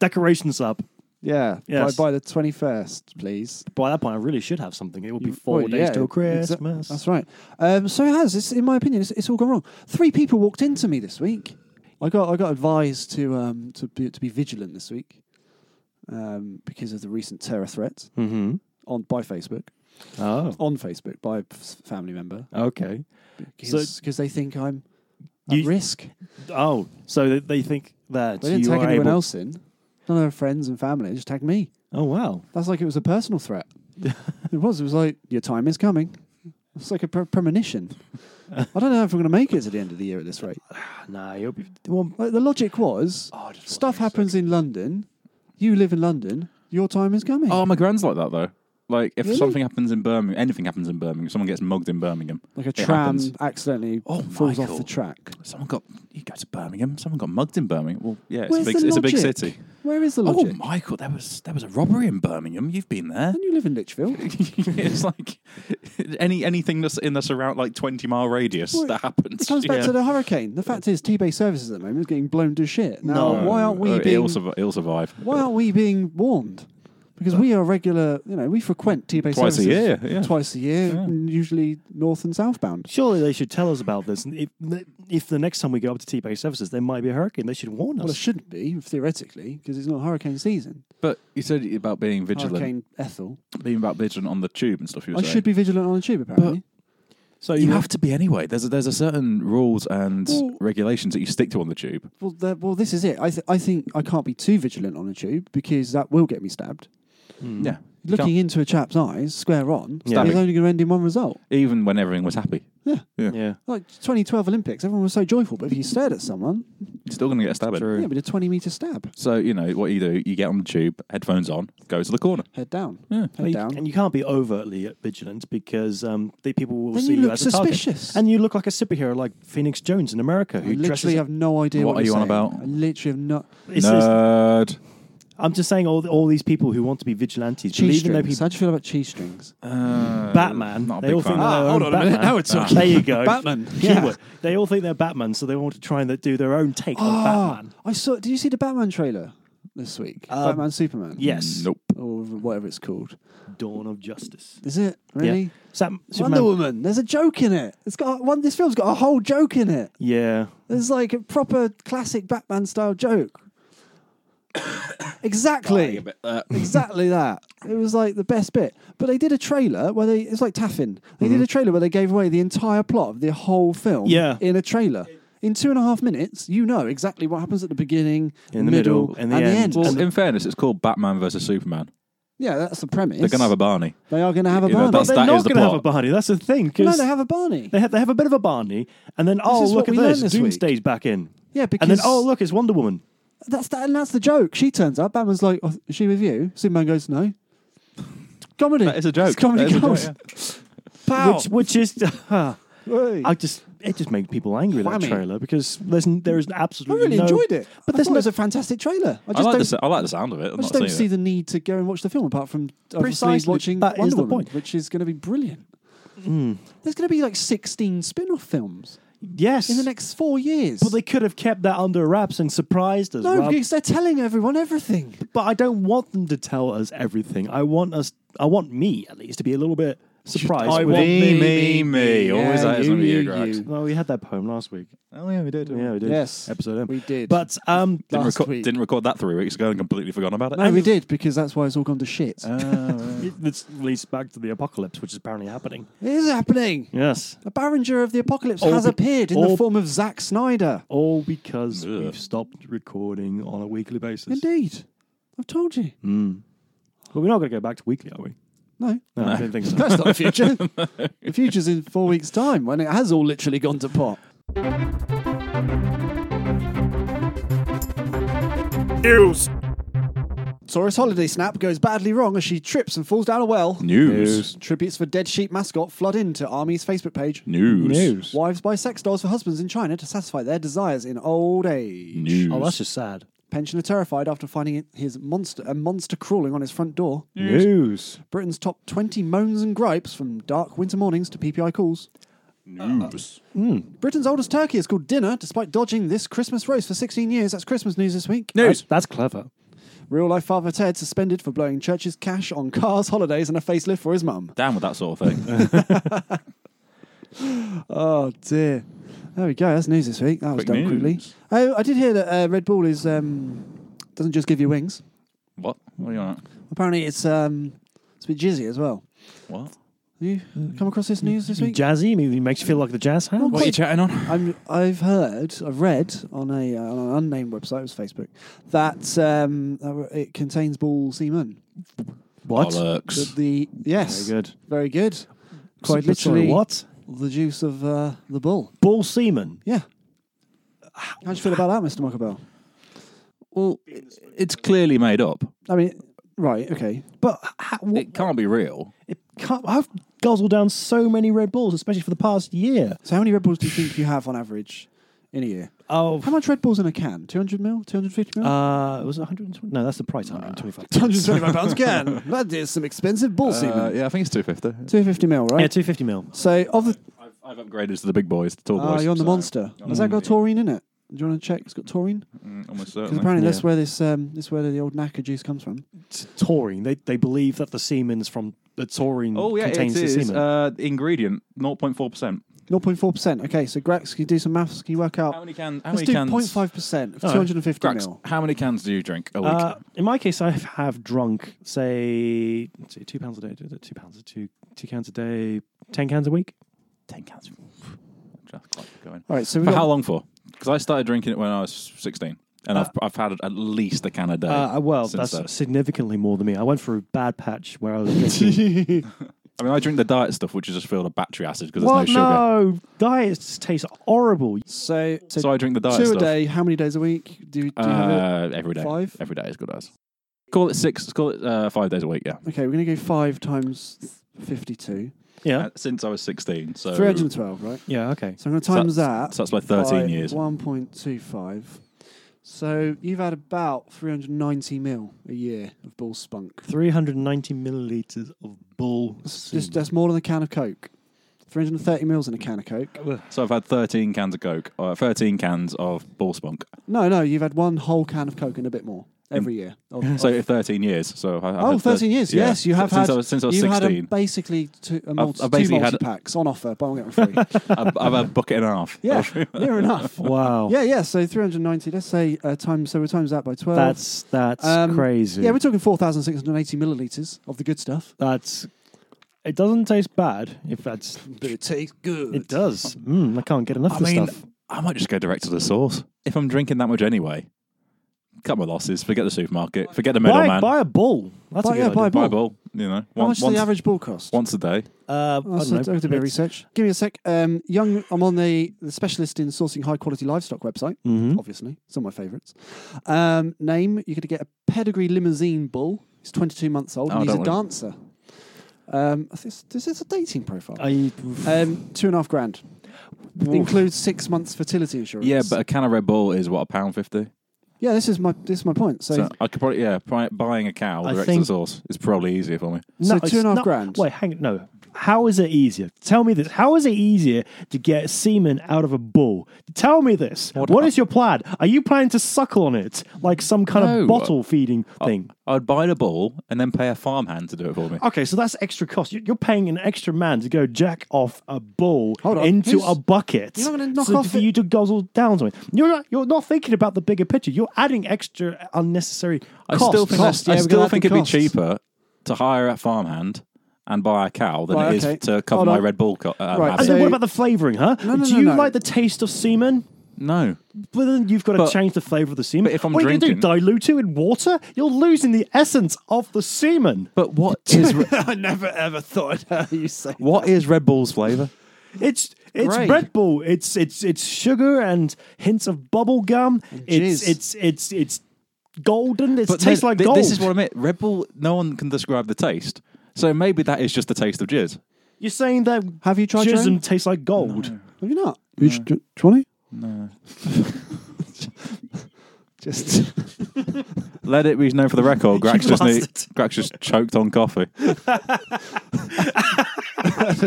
Speaker 3: decorations up.
Speaker 1: Yeah,
Speaker 3: Yes.
Speaker 1: by, by the twenty first, please.
Speaker 3: By that point, I really should have something. It will be
Speaker 1: You-
Speaker 3: four
Speaker 1: well,
Speaker 3: days
Speaker 1: yeah,
Speaker 3: till
Speaker 1: exa-
Speaker 3: Christmas.
Speaker 1: that's right. Um, so it has. It's, in my opinion, it's, it's all gone wrong. Three people walked into me this week. I got I got advised to um, to be to be vigilant this week um, because of the recent terror threat.
Speaker 3: mm-hmm.
Speaker 1: on by Facebook
Speaker 3: Oh,
Speaker 1: on Facebook by a f- family member
Speaker 3: okay.
Speaker 1: because they think I'm at
Speaker 3: You-
Speaker 1: risk.
Speaker 3: Oh, so they, they think that
Speaker 1: They didn't
Speaker 3: you
Speaker 1: tag
Speaker 3: are
Speaker 1: anyone
Speaker 3: able-
Speaker 1: else in. None of their friends and family. They just tagged me.
Speaker 3: Oh, wow.
Speaker 1: That's like it was a personal threat. it was. It was like your time is coming. It's like a pre- premonition. I don't know if I'm going to make it to the end of the year at this rate.
Speaker 3: Nah, you'll be. Well,
Speaker 1: Like the logic was,
Speaker 3: oh, I just
Speaker 1: stuff
Speaker 3: wanna
Speaker 1: happens in London. You live in London. Your time is coming.
Speaker 4: Oh, my grand's like that though. Like if
Speaker 1: Really?
Speaker 4: something happens in Birmingham, anything happens in Birmingham, someone gets mugged in Birmingham.
Speaker 1: like a
Speaker 4: It
Speaker 1: tram
Speaker 4: happens.
Speaker 1: accidentally
Speaker 4: Oh,
Speaker 1: falls off
Speaker 4: Michael.
Speaker 1: the track.
Speaker 4: Someone got you go to Birmingham. Someone got mugged in Birmingham. Well, yeah, it's
Speaker 1: Where's
Speaker 4: a big,
Speaker 1: the
Speaker 4: it's a big
Speaker 1: logic?
Speaker 4: city.
Speaker 1: Where is the logic?
Speaker 4: Oh, Michael, there was there was a robbery in Birmingham. You've been there.
Speaker 1: And you live in Litchfield.
Speaker 4: it's like any anything that's in the surround like twenty mile radius
Speaker 1: Well,
Speaker 4: that happens.
Speaker 1: It comes back
Speaker 4: Yeah.
Speaker 1: to the hurricane. The fact is, T-Bay Services at the moment is getting blown to shit. Now,
Speaker 3: No.
Speaker 1: why aren't we
Speaker 4: Uh,
Speaker 1: being
Speaker 4: He'll, survi- he'll survive.
Speaker 1: why aren't we being warned? Because we are regular, you know, we frequent T-Bay
Speaker 4: Twice a
Speaker 1: services
Speaker 4: year, yeah.
Speaker 1: twice a year, and usually north and southbound.
Speaker 3: Surely they should tell us about this. And If, if the next time we go up to T-Bay Services, there might be a hurricane. They should warn
Speaker 1: Well, it
Speaker 3: us.
Speaker 1: shouldn't be theoretically because it's not hurricane season.
Speaker 4: But you said about being vigilant,
Speaker 1: Hurricane Ethel.
Speaker 4: being about vigilant on the tube and stuff. You were
Speaker 1: I
Speaker 4: saying.
Speaker 1: should be vigilant on the tube apparently.
Speaker 3: So
Speaker 4: You have to be anyway. There's a, there's a certain rules and
Speaker 1: Well-
Speaker 4: regulations that you stick to on the tube.
Speaker 1: well, there, well, this is it. I th- I think I can't be too vigilant on a tube because that will get me stabbed.
Speaker 4: Yeah,
Speaker 1: Looking into a chap's eyes, square on,
Speaker 3: Yeah.
Speaker 1: is only going to end in one result.
Speaker 4: even when everything was happy,
Speaker 3: Yeah.
Speaker 1: Like 2012 Olympics, everyone was so joyful, but if you stared at someone,
Speaker 4: you're still going to get stabbed.
Speaker 3: True.
Speaker 1: yeah, but a 20 meter stab,
Speaker 4: So you know what you do? You get on the tube, headphones on, go to the corner.
Speaker 1: head down,
Speaker 4: Yeah.
Speaker 1: head down.
Speaker 3: And you can't be overtly vigilant because um, the people will
Speaker 1: Then
Speaker 3: see
Speaker 1: you
Speaker 3: you,
Speaker 1: look
Speaker 3: as a target.
Speaker 1: suspicious.
Speaker 3: and you look like a superhero, like Phoenix Jones in America, who
Speaker 1: I
Speaker 3: dresses.
Speaker 1: literally have no idea what,
Speaker 4: What are
Speaker 1: you're
Speaker 4: you on
Speaker 1: saying.
Speaker 4: about?
Speaker 1: I literally have not.
Speaker 3: It's- it's-
Speaker 4: Nerd.
Speaker 3: I'm just saying, all all these people who want to be vigilantes, but
Speaker 1: Cheese
Speaker 3: even though
Speaker 1: strings.
Speaker 3: people,
Speaker 1: How do you feel about cheese strings?
Speaker 4: Uh,
Speaker 3: Batman,
Speaker 4: Not a
Speaker 3: they all
Speaker 4: big
Speaker 3: think
Speaker 4: fan.
Speaker 3: they're
Speaker 1: Ah,
Speaker 3: their
Speaker 1: hold
Speaker 3: own
Speaker 1: on a minute,
Speaker 3: Batman.
Speaker 1: now it's talking.
Speaker 3: there you go,
Speaker 1: Batman.
Speaker 3: Keyword.
Speaker 1: Yeah.
Speaker 3: They all think they're Batman, so they want to try and do their own take on
Speaker 1: Ah,
Speaker 3: Oh, Batman.
Speaker 1: I saw. Did you see the Batman trailer this week?
Speaker 3: Uh,
Speaker 1: Batman Superman.
Speaker 3: Yes,
Speaker 4: Nope.
Speaker 1: Or whatever it's called.
Speaker 3: Dawn of Justice.
Speaker 1: Is it really?
Speaker 3: Yeah. Sam,
Speaker 1: Wonder
Speaker 3: Superman-
Speaker 1: Woman. There's a joke in it. It's got one. This film's got a whole joke in it.
Speaker 3: Yeah,
Speaker 1: There's like a proper classic Batman style joke. exactly. exactly that. It was like the best bit. But they did a trailer where they it's like Taffin. They did a trailer where they gave away the entire plot of the whole film
Speaker 3: Mm-hmm. Yeah.
Speaker 1: in a trailer. In two and a half minutes, you know exactly what happens at the beginning,
Speaker 3: In the middle, and the end.
Speaker 4: Well,
Speaker 3: And-
Speaker 4: in fairness, it's called Batman versus Superman.
Speaker 1: yeah, that's the premise.
Speaker 4: They're going to have a Barney.
Speaker 1: they are going to have a
Speaker 4: you know,
Speaker 1: Barney.
Speaker 4: that's-
Speaker 3: they're
Speaker 4: that
Speaker 3: not
Speaker 4: is the
Speaker 3: going to have
Speaker 4: plot.
Speaker 3: a Barney. That's the thing.
Speaker 1: no,
Speaker 3: 'cause
Speaker 1: they have a Barney.
Speaker 3: They have, they have a bit of a Barney, and then oh
Speaker 1: is
Speaker 3: look
Speaker 1: what
Speaker 3: at
Speaker 1: we learned
Speaker 3: this,
Speaker 1: this week.
Speaker 3: Doomsday's back in,
Speaker 1: yeah, because
Speaker 3: and then oh look, it's Wonder Woman.
Speaker 1: that's that, and that's the joke. She turns up. Batman's like, oh, "Is she with you?" Superman goes, "No." Comedy.
Speaker 4: That is a joke.
Speaker 1: It's comedy
Speaker 4: That is a joke,
Speaker 1: gold. Pow.
Speaker 3: which which is
Speaker 1: Hey.
Speaker 3: I just it just made people angry that
Speaker 1: Whammy.
Speaker 3: trailer because there's n- there is
Speaker 1: I
Speaker 3: absolutely
Speaker 1: really
Speaker 3: no-
Speaker 1: enjoyed it. But
Speaker 3: I
Speaker 1: this
Speaker 3: thought
Speaker 1: was
Speaker 3: it-
Speaker 1: a fantastic trailer. I
Speaker 4: I
Speaker 1: just
Speaker 4: like,
Speaker 1: don't,
Speaker 4: the, s- I like the sound of it. I've
Speaker 1: I just
Speaker 4: not
Speaker 1: don't
Speaker 4: seen
Speaker 1: see
Speaker 4: it.
Speaker 1: the need to go and watch the film apart from obviously
Speaker 3: Precisely.
Speaker 1: watching
Speaker 3: That is
Speaker 1: Wonder
Speaker 3: the
Speaker 1: Woman,
Speaker 3: point.
Speaker 1: which is going to be brilliant. There's going to be like 16 spin-off films
Speaker 3: Yes,
Speaker 1: in the next four years.
Speaker 3: but they could have kept that under wraps and surprised us.
Speaker 1: no,
Speaker 3: rather-
Speaker 1: because they're telling everyone everything.
Speaker 3: but I don't want them to tell us everything. I want us. I want me at least to be a little bit surprised.
Speaker 4: I
Speaker 3: with-
Speaker 4: want me, me, me. Always that is going to be your
Speaker 1: you.
Speaker 4: Grax.
Speaker 3: Well, we had that poem last week.
Speaker 4: Oh, yeah, we did.
Speaker 3: Yeah, we did.
Speaker 1: Yes,
Speaker 3: episode. M.
Speaker 1: we did.
Speaker 3: But um,
Speaker 1: That-
Speaker 4: Didn't,
Speaker 1: Last
Speaker 4: record,
Speaker 1: week.
Speaker 4: didn't record that three weeks ago and completely forgotten about it.
Speaker 1: No, we did because that's why it's all gone to shit.
Speaker 3: it- this leads back to the apocalypse, which is apparently happening.
Speaker 1: it is happening.
Speaker 3: Yes,
Speaker 1: The Barringer of the Apocalypse
Speaker 3: All
Speaker 1: has
Speaker 3: be-
Speaker 1: appeared in the
Speaker 3: all-
Speaker 1: form of Zack Snyder.
Speaker 3: all because
Speaker 4: Ugh.
Speaker 3: we've stopped recording on a weekly basis.
Speaker 1: Indeed, I've told you.
Speaker 3: But we're not going to go back to weekly, are we?
Speaker 1: No,
Speaker 3: No, I don't think so.
Speaker 1: That's not the future. The future's in four weeks' time when it has all literally gone to pot.
Speaker 2: News.
Speaker 1: Taurus holiday snap goes badly wrong as she trips and falls down a well.
Speaker 4: News.
Speaker 1: Tributes for dead sheep mascot flood into Army's Facebook page.
Speaker 4: News.
Speaker 1: Wives buy sex dolls for husbands in China to satisfy their desires in old age.
Speaker 4: News.
Speaker 3: Oh, that's just sad.
Speaker 1: Pensioner terrified after finding his monster a monster crawling on his front door.
Speaker 3: News.
Speaker 1: Britain's top 20 moans and gripes from dark winter mornings to PPI calls.
Speaker 4: News.
Speaker 1: Britain's oldest turkey is called Dinner despite dodging this Christmas roast for 16 years. That's Christmas news this week.
Speaker 3: News. That's clever.
Speaker 1: Real life father Ted suspended for blowing church's cash on cars, holidays, and a facelift for his mum.
Speaker 4: Down with that sort of thing.
Speaker 1: Oh dear. There we go. That's news this week. That was
Speaker 4: Quick
Speaker 1: done quickly.
Speaker 4: news.
Speaker 1: Oh, I did hear that uh, Red Bull is um, doesn't just give you wings.
Speaker 4: what? What are you on at?
Speaker 1: Apparently, it's um, it's It's a bit jizzy as well.
Speaker 4: What?
Speaker 1: Have you come across this news
Speaker 4: Mm-hmm.
Speaker 1: this week?
Speaker 3: Jazzy, I mean, it makes you feel like the jazz hand.
Speaker 4: What are you chatting on?
Speaker 1: I'm, I've heard, I've read on a uh, on an unnamed website, it was Facebook, that um, that it contains ball semen.
Speaker 3: What?
Speaker 1: That
Speaker 4: Bollocks.
Speaker 1: the yes,
Speaker 3: Very good.
Speaker 1: very good. Quite
Speaker 3: So- sorry,
Speaker 1: literally,
Speaker 3: what?
Speaker 1: the juice of uh, the bull.
Speaker 3: Bull semen.
Speaker 1: Yeah. How do you feel about that, Mr. Muckerbell?
Speaker 4: Well, it's clearly made up.
Speaker 1: I mean, right, okay.
Speaker 3: But how,
Speaker 4: It can't be real.
Speaker 3: it can't, I've guzzled down so many Red Bulls, especially for the past year.
Speaker 1: So, how many Red Bulls do you think you have on average in a year?
Speaker 3: Oh,
Speaker 1: How much Red Bulls in a can? 200 mil? 250 mil?
Speaker 3: uh, was it 120? No, that's the price, 125.
Speaker 1: 225 pounds a can. That is some expensive bull
Speaker 4: Uh,
Speaker 1: semen.
Speaker 4: yeah, I think it's 250.
Speaker 1: 250 mil,
Speaker 3: Ah, Yeah,
Speaker 1: right?
Speaker 3: 250 mil.
Speaker 1: so, of the.
Speaker 4: I've, I've upgraded to the big boys, the tall
Speaker 1: Ah,
Speaker 4: boys.
Speaker 1: you're on the
Speaker 4: so-
Speaker 1: monster. Has that got taurine in it? Do you want to check? It's got taurine?
Speaker 4: Mm, almost
Speaker 1: Because
Speaker 4: certainly.
Speaker 1: apparently that's
Speaker 3: Yeah.
Speaker 1: where this um, this where the old knacker juice comes from.
Speaker 3: It's taurine. They, they believe that the semen's from the taurine
Speaker 4: oh, yeah,
Speaker 3: contains
Speaker 4: it
Speaker 3: the
Speaker 4: is.
Speaker 3: semen.
Speaker 4: Uh, ingredient, 0.4%.
Speaker 1: 0.4%. Okay, so Grax, can you do some maths? Can you work out?
Speaker 4: How many, can, how
Speaker 1: Let's
Speaker 4: many
Speaker 1: do
Speaker 4: cans?
Speaker 1: 0.5% of
Speaker 3: All right.
Speaker 1: 250
Speaker 4: Grax,
Speaker 1: mil.
Speaker 4: how many cans do you drink a week?
Speaker 3: Uh, in my case, I have drunk, say, let's see, two pounds a day, two- two pounds, two two cans a day, ten cans a week.
Speaker 4: 10 cans. Just quite going.
Speaker 1: All right, so we
Speaker 4: For
Speaker 1: got
Speaker 4: how long for? Because I started drinking it when I was 16. And
Speaker 1: Uh,
Speaker 4: I've, I've had at least a can a day.
Speaker 3: Uh, well,
Speaker 4: since
Speaker 3: that's
Speaker 4: then.
Speaker 3: significantly more than me. I went through a bad patch where I was drinking.
Speaker 4: I mean, I drink the diet stuff, which is just filled with battery acid because
Speaker 3: what?
Speaker 4: there's no sugar.
Speaker 3: No, diets taste horrible.
Speaker 1: So, so,
Speaker 4: So I drink the diet
Speaker 1: two
Speaker 4: stuff.
Speaker 1: a day. How many days a week do, you- do you have it?
Speaker 4: Uh, every day.
Speaker 1: Five?
Speaker 4: Every day is good as. Call it six. Let's call it uh, five days a week. Yeah.
Speaker 1: Okay, we're gonna go five times fifty-two.
Speaker 3: Yeah,
Speaker 4: Uh, since I was sixteen, so
Speaker 1: Three hundred and twelve, right?
Speaker 3: yeah, okay.
Speaker 1: So I'm gonna times
Speaker 4: that's-
Speaker 1: that.
Speaker 4: so that's my thirteen years.
Speaker 1: One point two five. So you've had about three hundred ninety mil a year of bull spunk.
Speaker 3: Three hundred ninety milliliters of bull.
Speaker 1: That's, just, that's more than a can of Coke. Three hundred and thirty mils in a can of Coke.
Speaker 4: So I've had thirteen cans of Coke, uh, thirteen cans of ball spunk.
Speaker 1: No, no, you've had one whole can of Coke and a bit more every year. Of-
Speaker 4: So thirteen years. So I, I've
Speaker 1: Oh,
Speaker 4: had thir-
Speaker 1: 13 years.
Speaker 4: yeah.
Speaker 1: Yes, you have
Speaker 4: since
Speaker 1: had-
Speaker 4: I was, since I was
Speaker 1: you had a,
Speaker 4: sixteen.
Speaker 1: basically two, a multi,
Speaker 4: I've basically
Speaker 1: two
Speaker 4: had-
Speaker 1: multi packs on offer, buy one get one free.
Speaker 4: I've, I've had a bucket and a half.
Speaker 1: yeah, near enough.
Speaker 3: Wow.
Speaker 1: Yeah, yeah. So 390. Let's say uh, times. So we times that by 12.
Speaker 3: that's that's
Speaker 1: Um,
Speaker 3: crazy.
Speaker 1: yeah, we're talking 4,680 milliliters of the good stuff.
Speaker 3: that's. It doesn't taste bad. If that's
Speaker 1: But it tastes good.
Speaker 3: it does. Mm, I can't get enough
Speaker 4: I
Speaker 3: of this
Speaker 4: mean,
Speaker 3: stuff.
Speaker 4: I might just go direct to the source if I'm drinking that much anyway. Cut my losses. Forget the supermarket. Forget the
Speaker 3: Buy,
Speaker 4: middleman.
Speaker 3: buy a bull. That's
Speaker 1: Buy-
Speaker 3: a good
Speaker 1: yeah, buy a
Speaker 3: idea.
Speaker 1: bull.
Speaker 4: Buy a ball. You know,
Speaker 1: How much
Speaker 4: once,
Speaker 1: does the
Speaker 4: once,
Speaker 1: average ball cost?
Speaker 4: once a day.
Speaker 3: Uh,
Speaker 1: Oh, so
Speaker 3: I
Speaker 1: I
Speaker 3: don't know.
Speaker 1: did a bit of
Speaker 3: It's-
Speaker 1: research. Give me a sec. Um, young, I'm on the, the specialist in sourcing high quality livestock website.
Speaker 3: Mhm.
Speaker 1: Obviously, some of my favourites. Um, name: You're going to get a pedigree limousine bull. He's 22 months old.
Speaker 4: Oh,
Speaker 1: and he's a
Speaker 4: don't
Speaker 1: dancer. Um, I think this, this is a dating profile.
Speaker 3: I,
Speaker 1: um, two and a half grand. Includes six months fertility insurance.
Speaker 4: Yeah, but a can of Red Bull is what a pound fifty.
Speaker 1: Yeah, this is my this is my point. So,
Speaker 4: So I could probably yeah, buy, buying a cow
Speaker 3: I
Speaker 4: direct to
Speaker 3: think-
Speaker 4: the source is probably easier for me.
Speaker 1: So
Speaker 3: it's
Speaker 1: two and a half
Speaker 3: not-
Speaker 1: grand.
Speaker 3: Wait, hang no. How is it easier? Tell me this. How is it easier to get semen out of a bull? Tell me this. what is your plan? Are you planning to suckle on it like some kind
Speaker 4: No. Uh,
Speaker 3: of bottle feeding thing?
Speaker 4: I'd buy the bull and then pay a farmhand to do it for me.
Speaker 3: Okay, so that's extra cost. You- You're paying an extra man to go jack off a bull
Speaker 1: Hold on,
Speaker 3: into
Speaker 1: who's-
Speaker 3: a bucket.
Speaker 1: You're not gonna knock
Speaker 3: so
Speaker 1: off
Speaker 3: for
Speaker 1: it-
Speaker 3: you to guzzle down something. You're not. You're not thinking about the bigger picture. You're adding extra unnecessary
Speaker 4: I
Speaker 3: costs.
Speaker 4: still think,
Speaker 1: cost,
Speaker 4: I,
Speaker 1: yeah, we're
Speaker 4: still
Speaker 1: gonna
Speaker 4: think
Speaker 1: add the
Speaker 4: it'd
Speaker 1: cost.
Speaker 4: be cheaper to hire a farmhand and buy a cow than
Speaker 1: Right,
Speaker 4: it is
Speaker 1: okay.
Speaker 4: to cover
Speaker 1: Hold
Speaker 4: my
Speaker 1: on.
Speaker 4: Red Bull. Co- uh,
Speaker 1: Right,
Speaker 4: habit.
Speaker 3: And then
Speaker 1: So-
Speaker 3: what about the flavoring, huh?
Speaker 1: no,
Speaker 3: Do
Speaker 1: no,
Speaker 3: you
Speaker 1: no.
Speaker 3: like the taste of semen?
Speaker 4: no,
Speaker 3: But then you've got to
Speaker 4: But-
Speaker 3: change the flavor of the semen.
Speaker 4: but if I'm
Speaker 3: what are you
Speaker 4: drinking-
Speaker 3: gonna do? Dilute it in water? You're losing the essence of the semen.
Speaker 4: but what is Re-
Speaker 3: I never ever thought I'd hear you say
Speaker 4: what is Red Bull's flavour?
Speaker 3: it's it's
Speaker 4: Great.
Speaker 3: Red Bull. It's it's it's sugar and hints of bubble gum. It's
Speaker 1: jizz.
Speaker 3: it's it's it's golden. It tastes
Speaker 4: no,
Speaker 3: like
Speaker 4: thi-
Speaker 3: gold.
Speaker 4: This is what I meant. Red Bull. No one can describe the taste. So maybe that is just the taste of jizz.
Speaker 3: You're saying that
Speaker 1: have you tried? your own?
Speaker 3: jism tastes like gold.
Speaker 1: Have you not? You should do- do you want to? No. Just
Speaker 4: Let it be known for the record. Grax just need,
Speaker 3: bastard.
Speaker 4: Grax just choked on coffee.
Speaker 1: the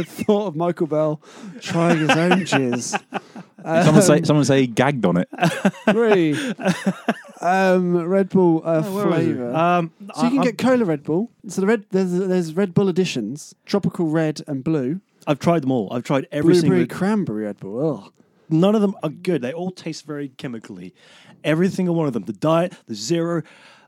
Speaker 1: thought of Michael Bell trying his own jizz.
Speaker 4: Someone say someone say he gagged on it.
Speaker 1: Three. Um, Red Bull uh, flavour.
Speaker 3: Um,
Speaker 1: so you can
Speaker 3: I,
Speaker 1: get cola Red Bull. So the red there's there's Red Bull editions, tropical red and blue,
Speaker 3: I've tried them all. I've tried every
Speaker 1: blueberry
Speaker 3: single.
Speaker 1: cranberry Red Bull. Ugh.
Speaker 3: None of them are good. They all taste very chemically. Every single one of them. The diet, the zero,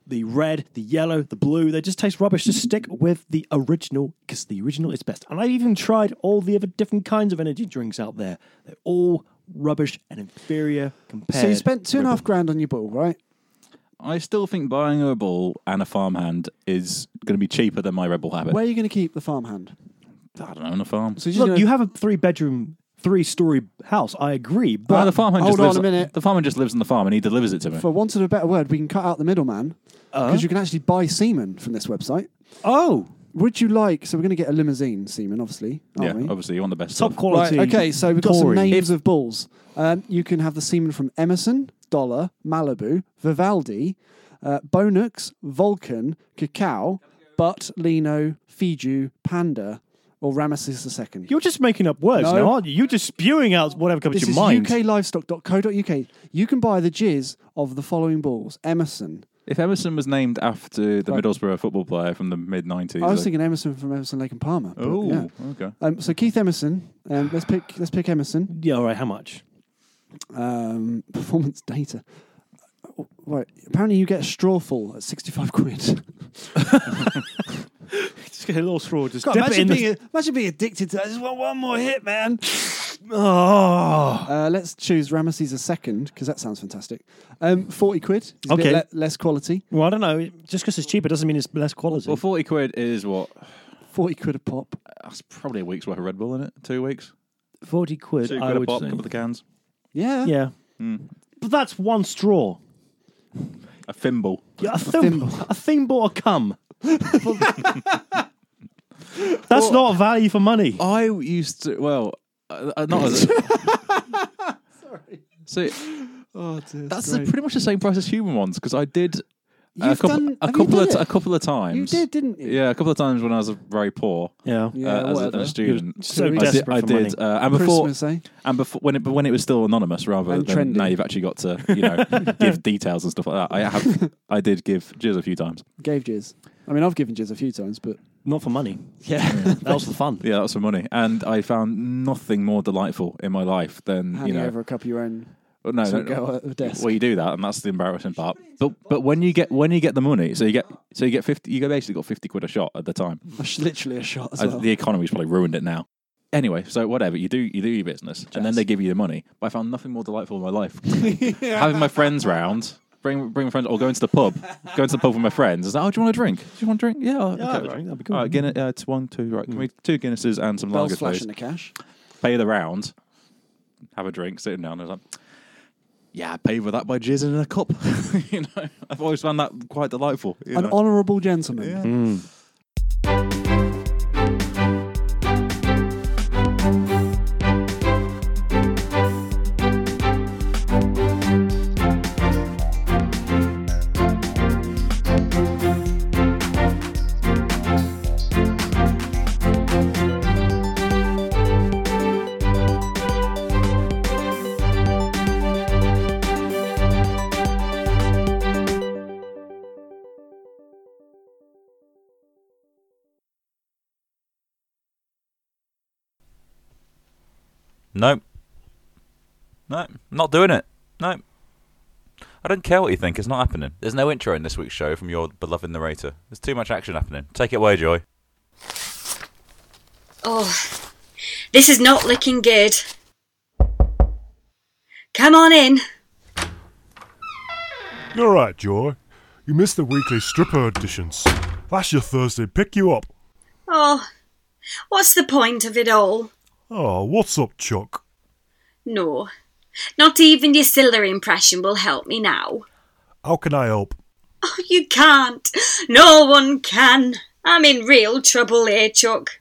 Speaker 3: the red, the yellow, the blue. They just taste rubbish. Just stick with the original because the original is best. And I've even tried all the other different kinds of energy drinks out there. They're all rubbish and inferior compared.
Speaker 1: So you spent two and a half grand on your ball, right?
Speaker 4: I still think buying a ball and a farmhand is going to be cheaper than my Rebel Habit.
Speaker 1: Where are you going to keep the farmhand?
Speaker 4: I don't own a farm.
Speaker 1: So you're just
Speaker 3: Look,
Speaker 1: gonna-
Speaker 3: you have a three bedroom, three story house. I agree, but
Speaker 4: Ah, the farmhand
Speaker 1: hold
Speaker 4: just
Speaker 1: on
Speaker 4: lives
Speaker 1: a minute.
Speaker 4: The farmer just lives on the farm and he delivers it to me.
Speaker 1: for want of a better word, we can cut out the middleman because you can actually buy semen from this website.
Speaker 3: oh,
Speaker 1: Would you like? So we're going to get a limousine semen, obviously,
Speaker 4: yeah,
Speaker 1: aren't we?
Speaker 4: obviously you want the best.
Speaker 3: top
Speaker 4: stuff.
Speaker 1: Right.
Speaker 3: quality.
Speaker 1: Okay. So we've got
Speaker 3: Tory.
Speaker 1: some names of balls. Um, you can have the semen from Emerson, Dollar, Malibu, Vivaldi, uh, Bonux, Vulcan, Cacao, Butt, Lino, Fiju, Panda, or Ramesses II.
Speaker 3: You're just making up words
Speaker 1: No.
Speaker 3: now, aren't you? You're just spewing out whatever comes
Speaker 1: This
Speaker 3: to
Speaker 1: is
Speaker 3: your mind.
Speaker 1: uklivestock.co.uk. You can buy the jizz of the following balls. Emerson.
Speaker 4: If Emerson was named after the Middlesbrough football player from the mid nineties,
Speaker 1: I was thinking Emerson from Emerson Lake and Palmer. but
Speaker 4: oh,
Speaker 1: yeah.
Speaker 4: okay.
Speaker 1: Um, so Keith Emerson. Um, let's pick. Let's pick Emerson.
Speaker 3: Yeah, all right. How much?
Speaker 1: Um, performance data. Oh, Right. Apparently, you get a straw full at sixty-five quid.
Speaker 3: Just get a little straw. Just
Speaker 1: God,
Speaker 3: dip it in.
Speaker 1: imagine,
Speaker 3: the-
Speaker 1: being, imagine being addicted to. that. I just want one more hit, man.
Speaker 3: oh,
Speaker 1: Uh, let's choose Ramesses a second because that sounds fantastic. Um, Forty quid. It's A
Speaker 3: Okay.
Speaker 1: bit le- less quality.
Speaker 3: well, I don't know. Just because it's cheaper doesn't mean it's less quality.
Speaker 4: Well, forty quid is what?
Speaker 1: Forty quid a pop.
Speaker 4: That's probably a week's worth of Red Bull in it. Two weeks.
Speaker 3: Forty quid,
Speaker 4: Two
Speaker 3: I
Speaker 4: quid a
Speaker 3: would
Speaker 4: pop, a
Speaker 3: think.
Speaker 4: couple of Hmm. cans,
Speaker 1: Yeah.
Speaker 3: Yeah, but that's one straw.
Speaker 4: a thimble.
Speaker 3: Yeah, a, thimble, a thimble or cum. that's not value for money.
Speaker 4: I used to. Well, uh, uh, not as. Sorry. So
Speaker 1: Oh, dear,
Speaker 4: that's
Speaker 1: great.
Speaker 4: pretty much the same price as human ones because I did a
Speaker 1: You've
Speaker 4: couple,
Speaker 1: done-
Speaker 4: a
Speaker 1: have you
Speaker 4: couple
Speaker 1: done
Speaker 4: of t-
Speaker 1: it?
Speaker 4: a couple of times.
Speaker 1: You did, didn't you?
Speaker 4: Yeah, a couple of times when I was very poor.
Speaker 3: Yeah.
Speaker 1: Yeah,
Speaker 4: uh, as, a,
Speaker 1: whatever.
Speaker 4: as a student,
Speaker 3: so
Speaker 4: I did.
Speaker 3: desperate
Speaker 4: I
Speaker 3: for
Speaker 4: did uh, and before,
Speaker 1: Christmas, eh?
Speaker 4: and before when it when it was still anonymous, rather
Speaker 1: And
Speaker 4: than
Speaker 1: trendy.
Speaker 4: now you've actually got to you know give details and stuff like that. I have I did give jizz a few times.
Speaker 1: Gave jizz. I mean, I've given jizz a few times, but
Speaker 3: Not for money.
Speaker 1: yeah,
Speaker 3: That was for fun.
Speaker 4: Yeah, that was for money, and I found nothing more delightful in my life than
Speaker 1: handing
Speaker 4: you know
Speaker 1: over a cup of your own.
Speaker 4: Well, no,
Speaker 1: to
Speaker 4: no,
Speaker 1: a girl at the desk.
Speaker 4: Well, you do that, and that's the embarrassing part. But but when you get when you get the money, so you get so you get fifty. You basically got fifty quid a shot at the time.
Speaker 1: That's literally a shot as
Speaker 4: Uh,
Speaker 1: well.
Speaker 4: The economy's probably ruined it now. Anyway, so whatever you do, you do your business, and then they give you the money. But I found nothing more delightful in my life. Having my friends round, bring bring my friends, or going to the pub, going to the pub with my friends. It's like, oh, do you want a drink? Do you want a drink? Yeah, I'll-
Speaker 3: Yeah,
Speaker 4: okay,
Speaker 3: I'll
Speaker 4: I'll
Speaker 3: drink, that'd be
Speaker 4: All right,
Speaker 3: cool. Hmm.
Speaker 4: Guinness, uh, it's one, two, right? Can we two Guinnesses and some
Speaker 1: Bells
Speaker 4: lager, please?
Speaker 1: flashing the cash.
Speaker 4: pay the round, have a drink, sitting down. And I was like, yeah, I paid for that by jizzing in a cup. you know, I've always found that quite delightful. you
Speaker 1: An
Speaker 4: know.
Speaker 1: honourable gentleman.
Speaker 4: Yeah.
Speaker 5: No. No, not doing it. No. I don't care what you think, it's not happening. There's no intro in this week's show from your beloved narrator. There's too much action happening. Take it away, Joy.
Speaker 6: Oh, this is not looking good. Come on in.
Speaker 7: You're right, Joy. You missed the weekly stripper auditions. That's your Thursday pick you up.
Speaker 6: Oh, what's the point of it all?
Speaker 7: Oh, what's up, Chuck?
Speaker 6: No, not even your Scylla impression will help me now.
Speaker 7: How can I help?
Speaker 6: Oh, you can't. No one can. I'm in real trouble here, Chuck.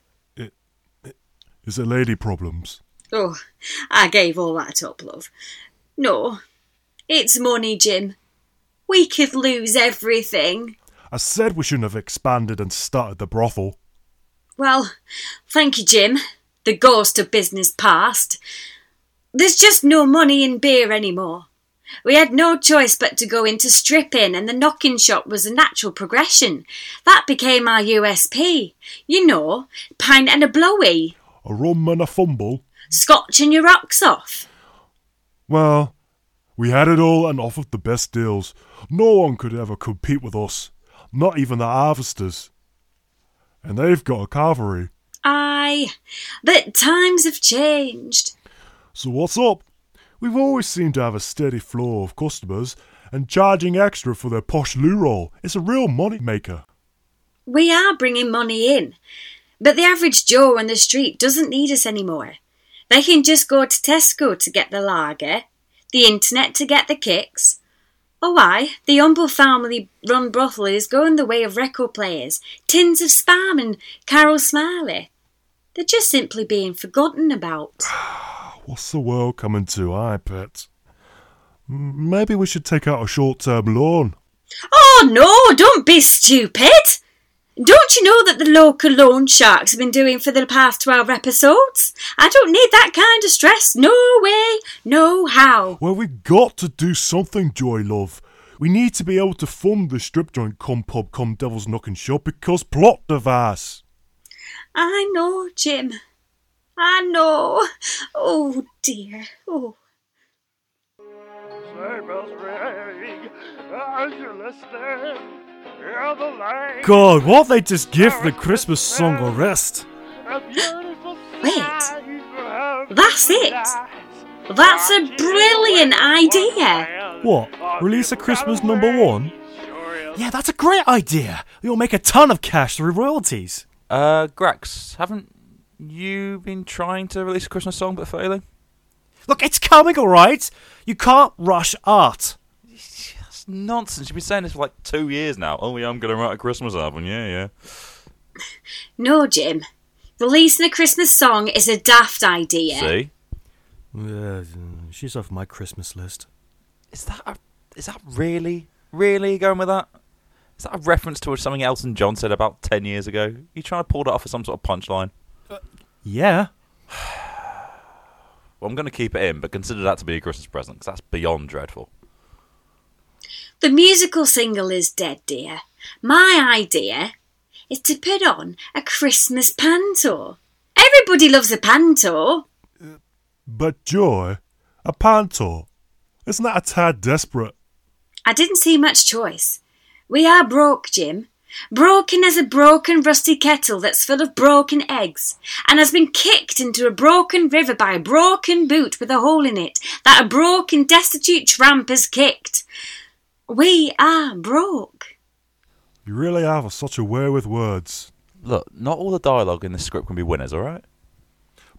Speaker 7: Is it lady problems?
Speaker 6: Oh, I gave all that up, love. No, it's money, Jim. We could lose everything.
Speaker 7: I said we shouldn't have expanded and started the brothel.
Speaker 6: Well, thank you, Jim. The ghost of business past. There's just no money in beer anymore. We had no choice but to go into stripping, and the knocking shop was a natural progression. That became our USP. You know, pint and a blowy,
Speaker 7: A rum and a fumble.
Speaker 6: scotch and your rocks off.
Speaker 7: Well, We had it all and offered the best deals. No one could ever compete with us, not even the harvesters. And they've got a carvery.
Speaker 6: Aye, but times have changed.
Speaker 7: So what's up? We've always seemed to have a steady flow of customers, and charging extra for their posh loo roll is a real money maker.
Speaker 6: We are bringing money in, but the average Joe on the street doesn't need us anymore. They can just go to Tesco to get the lager, the internet to get the kicks. Oh, why? The humble family run brothel is going the way of record players, tins of spam, and Carol Smiley. They're just simply being forgotten about.
Speaker 7: What's the world coming to, I bet? M- Maybe we should take out a short term loan.
Speaker 6: Oh no, don't be stupid! Don't you know that the local loan sharks have been doing for the past 12 episodes? I don't need that kind of stress. No way, no how.
Speaker 7: Well, we've got to do something, Joy Love. We need to be able to fund the strip joint cum pub cum devil's knocking shop because plot device.
Speaker 6: I know, Jim. I know. Oh dear. Oh.
Speaker 2: God, won't they just give the Christmas song a rest?
Speaker 6: Wait. That's it. That's a brilliant idea.
Speaker 2: What? Release a Christmas number one? Yeah, that's a great idea. You'll make a ton of cash through royalties.
Speaker 5: Uh, Grax, haven't you been trying to release a Christmas song but failing?
Speaker 2: Look, it's coming, alright? You can't rush art.
Speaker 5: That's nonsense. You've been saying this for like two years now. Oh, yeah, I'm going to write a Christmas album. Yeah, yeah.
Speaker 6: No, Jim. Releasing a Christmas song is a daft idea.
Speaker 5: See?
Speaker 2: Uh, she's off my Christmas list.
Speaker 5: Is that, a, is that really, really going with that? Is that a reference to something Elton John said about 10 years ago? you trying to pull that off as some sort of punchline?
Speaker 2: Yeah.
Speaker 5: Well, I'm going to keep it in, but consider that to be a Christmas present because that's beyond dreadful.
Speaker 6: The musical single is dead, dear. My idea is to put on a Christmas panto. Everybody loves a panto.
Speaker 7: But Joy, a panto. Isn't that a tad desperate?
Speaker 6: I didn't see much choice. We are broke, Jim. Broken as a broken rusty kettle that's full of broken eggs and has been kicked into a broken river by a broken boot with a hole in it that a broken destitute tramp has kicked. We are broke.
Speaker 7: You really have such a way with words.
Speaker 5: Look, not all the dialogue in this script can be winners, all right?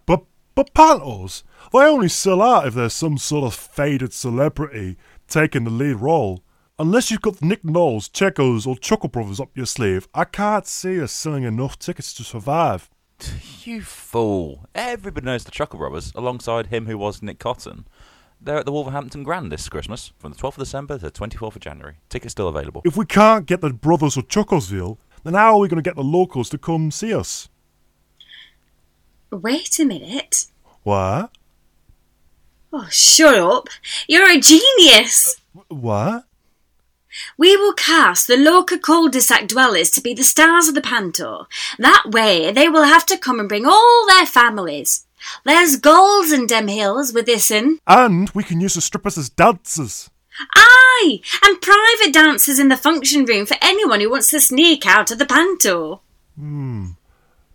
Speaker 7: But but pantos, they only sell out if there's some sort of faded celebrity taking the lead role. Unless you've got Nick Knowles, Checos, or Chuckle Brothers up your sleeve, I can't see us selling enough tickets to survive.
Speaker 5: You fool. Everybody knows the Chuckle Brothers alongside him who was Nick Cotton. They're at the Wolverhampton Grand this Christmas from the 12th of December to the 24th of January. Tickets still available.
Speaker 7: If we can't get the brothers or Chuckosville, then how are we going to get the locals to come see us?
Speaker 6: Wait a minute.
Speaker 7: What?
Speaker 6: Oh, shut up. You're a genius.
Speaker 7: What?
Speaker 6: We will cast the local cul-de-sac dwellers to be the stars of the panto. That way, they will have to come and bring all their families. There's goals in dem hills with this in.
Speaker 7: And we can use the strippers as dancers.
Speaker 6: Aye, and private dances in the function room for anyone who wants to sneak out of the panto.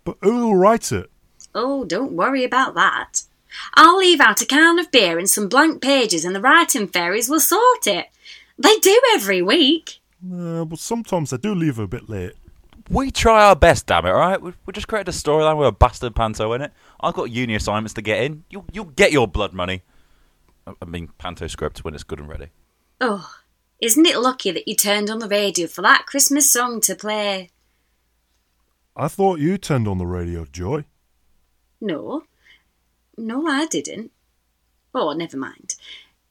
Speaker 7: But who'll write it?
Speaker 6: Oh, don't worry about that. I'll leave out a can of beer and some blank pages, and the writing fairies will sort it. They do every week.
Speaker 7: Uh, but sometimes they do leave a bit late.
Speaker 5: We try our best, damn it, alright? We, we just created a storyline with a bastard panto in it. I've got uni assignments to get in. You, you'll get your blood money. I I mean, panto script when it's good and ready.
Speaker 6: Oh, isn't it lucky that you turned on the radio for that Christmas song to play?
Speaker 7: I thought you turned on the radio, Joy.
Speaker 6: No, no, I didn't. Oh, never mind.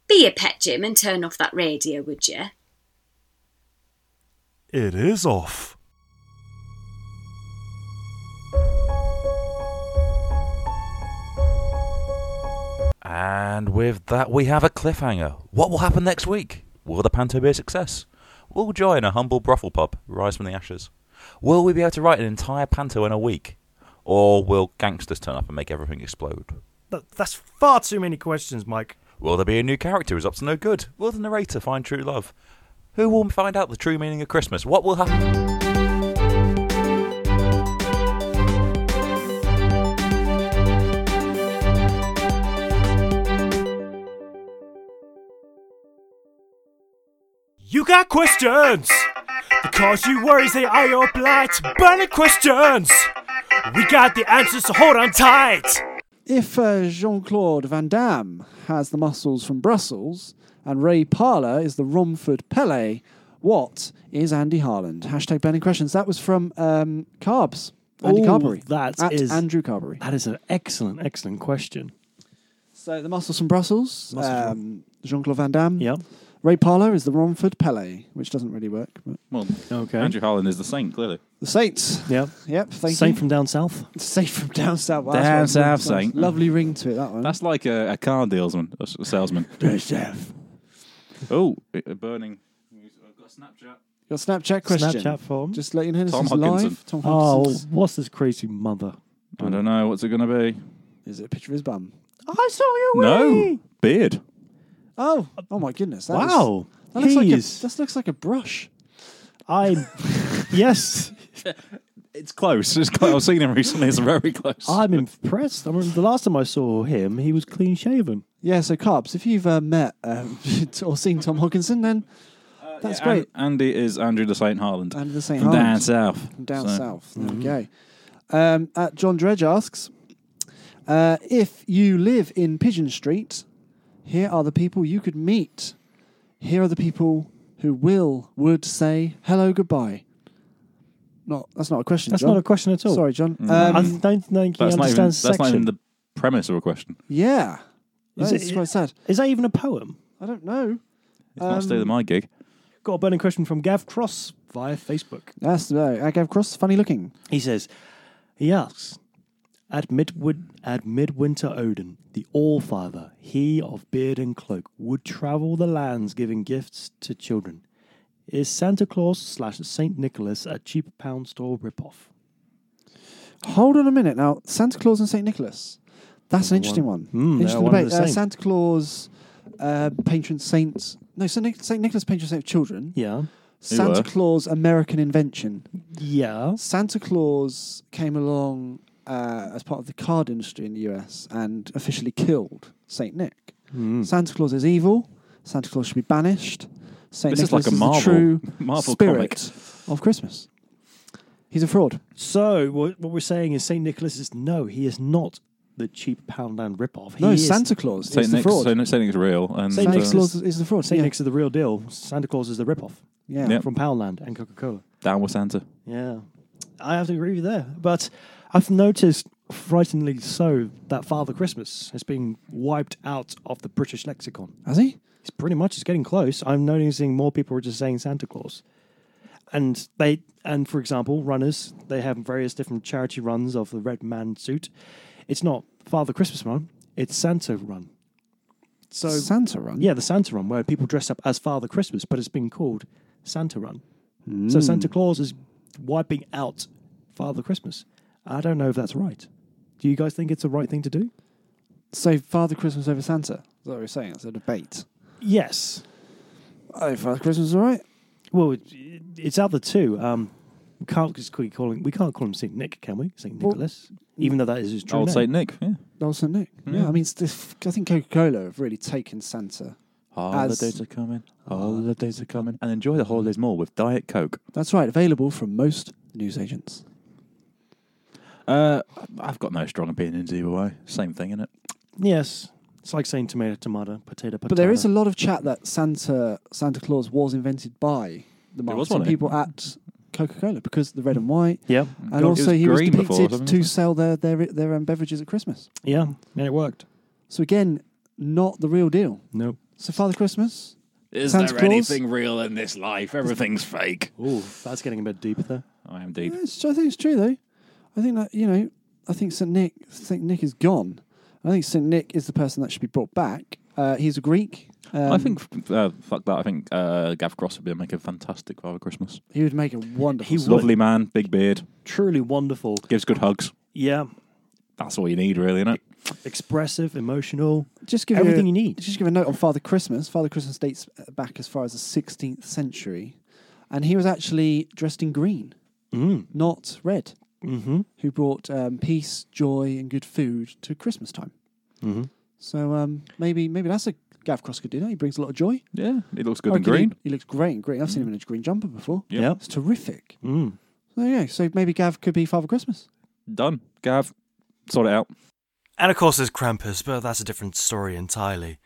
Speaker 6: Be a pet, Jim, and turn off that radio, would you?
Speaker 7: It is off.
Speaker 5: And with that, we have a cliffhanger. What will happen next week? Will the panto be a success? Will Joy in a humble brothel pub rise from the ashes? Will we be able to write an entire panto in a week? Or will gangsters turn up and make everything explode?
Speaker 2: Look, that's far too many questions, Mike.
Speaker 5: Will there be a new character who's up to no good? Will the narrator find true love? Who will find out the true meaning of Christmas? What will happen?
Speaker 2: You got questions! Because you worries they are your blight. Burning questions! We got the answers, so hold on tight!
Speaker 1: If uh, Jean Claude Van Damme has the muscles from Brussels and Ray Parler is the Romford Pele, what is Andy Harland? Hashtag burning questions. That was from um, Carbs. Andy
Speaker 3: Ooh,
Speaker 1: Carberry.
Speaker 3: that
Speaker 1: At
Speaker 3: is-
Speaker 1: Andrew Carberry.
Speaker 3: That is an excellent, excellent question.
Speaker 1: So the muscles from Brussels.
Speaker 3: Muscles from-
Speaker 1: um, Jean Claude Van Damme.
Speaker 3: Yeah.
Speaker 1: Ray Parler is the Romford Pele, which doesn't really work. But
Speaker 4: Well,
Speaker 3: Okay.
Speaker 4: Andrew Harlan is the saint, clearly.
Speaker 1: the Saints.
Speaker 3: Yeah.
Speaker 1: Yep. Thank
Speaker 3: Saint
Speaker 1: you.
Speaker 3: from down south.
Speaker 1: Saint from down south. Wow,
Speaker 4: Down
Speaker 1: that's what it's
Speaker 4: south,
Speaker 1: called.
Speaker 4: Saint.
Speaker 1: Lovely ring to it. That one.
Speaker 4: That's like a, a car dealsman, a s- a salesman. oh, a burning. I've got a Snapchat.
Speaker 1: Your Snapchat question.
Speaker 3: Snapchat form.
Speaker 1: Just letting you know this
Speaker 4: Tom
Speaker 1: is
Speaker 4: Hopkinson.
Speaker 1: live. Tom
Speaker 3: oh,
Speaker 1: Hopkinson.
Speaker 3: what's this crazy mother?
Speaker 4: I don't know what's it going to be.
Speaker 1: Is it a picture of his bum?
Speaker 3: I saw you.
Speaker 4: No beard.
Speaker 1: Oh, oh my goodness! That is-
Speaker 3: Wow.
Speaker 1: that looks like a,
Speaker 3: He's.
Speaker 1: this looks like a brush.
Speaker 3: I'm. yes.
Speaker 4: It's close. It's close. I've seen him recently. It's very close.
Speaker 3: I'm impressed. I remember the last time I saw him, he was clean shaven.
Speaker 1: Yeah. So, Carbs, if you've uh, met um, or seen Tom Hawkinson, then
Speaker 3: Uh,
Speaker 1: that's
Speaker 4: An-
Speaker 1: great.
Speaker 4: Andy is Andrew the Saint Harland.
Speaker 1: And the Saint
Speaker 4: From down
Speaker 1: Harland.
Speaker 4: south.
Speaker 1: oh, from down
Speaker 4: So-
Speaker 1: south. There
Speaker 3: mm-hmm.
Speaker 1: we go. Um, at John Dredge asks, uh, if you live in Pigeon Street, here are the people you could meet. Here are the people who will would say hello goodbye. Not that's not a question.
Speaker 3: That's
Speaker 1: John.
Speaker 3: not a question at all. Mm.
Speaker 1: Sorry, John.
Speaker 3: I
Speaker 1: Um,
Speaker 3: don't think he
Speaker 4: That's not, even,
Speaker 3: understands
Speaker 4: that's not
Speaker 3: section.
Speaker 4: even the premise of a question.
Speaker 1: yeah,
Speaker 3: Is
Speaker 1: that's
Speaker 3: it-
Speaker 1: quite sad.
Speaker 3: Is that even a poem?
Speaker 1: I don't know.
Speaker 4: It's not still
Speaker 1: Um,
Speaker 4: my gig.
Speaker 3: Got a burning question from Gav Cross via Facebook.
Speaker 1: That's no. I gave Cross funny looking.
Speaker 3: He says, he asks, at, midwin- at midwinter Odin, the Allfather, he of beard and cloak, would travel the lands giving gifts to children. Is Santa Claus slash Saint Nicholas a cheap pound store ripoff?
Speaker 1: Hold on a minute now. Santa Claus and Saint Nicholas. That's an interesting one.
Speaker 3: Mm, they're
Speaker 1: interesting
Speaker 3: one and
Speaker 1: debate.
Speaker 3: the
Speaker 1: Uh,
Speaker 3: same.
Speaker 1: Santa Claus, uh, patron saint. No, Saint, Nic- saint Nicholas, patron saint of children.
Speaker 3: Yeah.
Speaker 1: Santa
Speaker 4: were.
Speaker 1: Claus, American invention.
Speaker 3: Yeah.
Speaker 1: Santa Claus came along uh, as part of the card industry in the US and officially killed Saint Nick.
Speaker 3: Hmm.
Speaker 1: Santa Claus is evil. Santa Claus should be banished. Saint
Speaker 4: This is
Speaker 1: Nicholas
Speaker 4: like a
Speaker 1: the
Speaker 4: Marvel-
Speaker 1: true
Speaker 4: Marvel
Speaker 1: spirit
Speaker 4: comic.
Speaker 1: of Christmas. He's a fraud.
Speaker 3: So what, what we're saying is Saint Nicholas is no, he is not the cheap poundland ripoff. He
Speaker 1: no,
Speaker 3: is,
Speaker 1: Santa Claus
Speaker 4: Saint
Speaker 1: is the
Speaker 4: Nick's,
Speaker 1: fraud.
Speaker 4: Saint, Saint Nick's real. And
Speaker 3: Saint
Speaker 4: uh,
Speaker 1: Santa Claus is the fraud.
Speaker 3: Saint
Speaker 1: yeah.
Speaker 3: Nick's is the real deal. Santa Claus is the ripoff
Speaker 1: Yeah.
Speaker 4: Yep.
Speaker 3: from Poundland and Coca Cola.
Speaker 4: down with Santa.
Speaker 3: Yeah, I have to agree with you there. But I've noticed, frighteningly so, that Father Christmas has been wiped out of the British lexicon.
Speaker 1: Has he?
Speaker 3: It's pretty much it's getting close. I'm noticing more people are just saying Santa Claus, and they and for example, runners they have various different charity runs of the red man suit. It's not Father Christmas run; it's Santa run. So
Speaker 1: Santa run.
Speaker 3: yeah, the Santa run where people dress up as Father Christmas, but it's been called Santa run.
Speaker 4: Hmm.
Speaker 1: Hmm.
Speaker 3: So Santa Claus is wiping out Father Christmas. I don't know if that's right. Do you guys think it's the right thing to do?
Speaker 1: So Father Christmas over Santa. Is that what we're saying? It's a debate.
Speaker 3: Yes.
Speaker 1: Oh, Father Christmas, all right.
Speaker 3: Well, it- it's out the two. Um, we can't just keep calling. We can't call him Saint Nick, can we? Saint
Speaker 1: Well-
Speaker 3: Nicholas, even though that is his true
Speaker 4: Old
Speaker 3: name.
Speaker 4: Saint Nick. Yeah.
Speaker 1: Also Nick.
Speaker 4: Hmm.
Speaker 1: Yeah. I mean, it's this, I think Coca Cola have really taken Santa.
Speaker 4: Holidays are coming. Holidays Oh, are coming. And enjoy the holidays more with Diet Coke.
Speaker 1: That's right. Available from most newsagents.
Speaker 4: Uh, I've got no strong opinions either way. Same thing, innit?
Speaker 3: Yes, it's like saying tomato, tomato, potato, potato.
Speaker 1: But there is a lot of chat that Santa Santa Claus was invented by the
Speaker 4: was,
Speaker 1: marketing
Speaker 4: wasn't it?
Speaker 1: people at Coca Cola because of the red and white.
Speaker 3: yeah,
Speaker 1: And also,
Speaker 4: was
Speaker 1: he was
Speaker 4: green before,
Speaker 1: depicted
Speaker 4: wasn't
Speaker 1: to
Speaker 4: it?
Speaker 1: sell their their their um, beverages at Christmas.
Speaker 3: yeah, and it worked.
Speaker 1: So again, not the real deal.
Speaker 3: Nope.
Speaker 1: So Father Christmas,
Speaker 4: Is
Speaker 1: Santa there Claus? anything
Speaker 4: real in this life? Everything's fake.
Speaker 3: Oh, that's getting a bit deep there.
Speaker 4: I am deep.
Speaker 1: Yeah, it's- I think it's true though. I think that you know, I think Saint Nick, Saint Nick is gone. I think Saint Nick is the person that should be brought back. Uh, he's a Greek. Um,
Speaker 4: I think, uh, fuck that. I think uh, Gav Cross would be make a fantastic Father Christmas.
Speaker 1: he would make a wonderful.
Speaker 3: He
Speaker 1: Santa.
Speaker 4: Lovely man, big beard,
Speaker 3: Truly wonderful.
Speaker 4: gives good hugs.
Speaker 3: Yeah,
Speaker 4: That's all you need, really, innit?
Speaker 3: expressive, emotional,
Speaker 1: Just give
Speaker 3: everything
Speaker 1: a-
Speaker 3: you need.
Speaker 1: Just give a note on Father Christmas. Father Christmas dates back as far as the 16th century, and he was actually dressed in green,
Speaker 4: Mm.
Speaker 1: not red.
Speaker 3: Mm-hmm.
Speaker 1: Who brought um, peace, joy, and good food to Christmas time?
Speaker 4: Mm-hmm.
Speaker 3: Mhm.
Speaker 1: So um, maybe maybe that's a Gav Cross could do that. He brings a lot of joy.
Speaker 4: Yeah, it looks good
Speaker 1: I
Speaker 4: and
Speaker 1: reckon
Speaker 4: green. Mm.
Speaker 1: He, he looks great in green. I've seen him in a green jumper before.
Speaker 4: Yeah.
Speaker 3: Yep.
Speaker 1: It's terrific.
Speaker 3: Mm.
Speaker 1: So yeah, so maybe Gav could be Father Christmas.
Speaker 4: Done. Gav, sort it out.
Speaker 2: And of course, there's Krampus, but that's a different story entirely.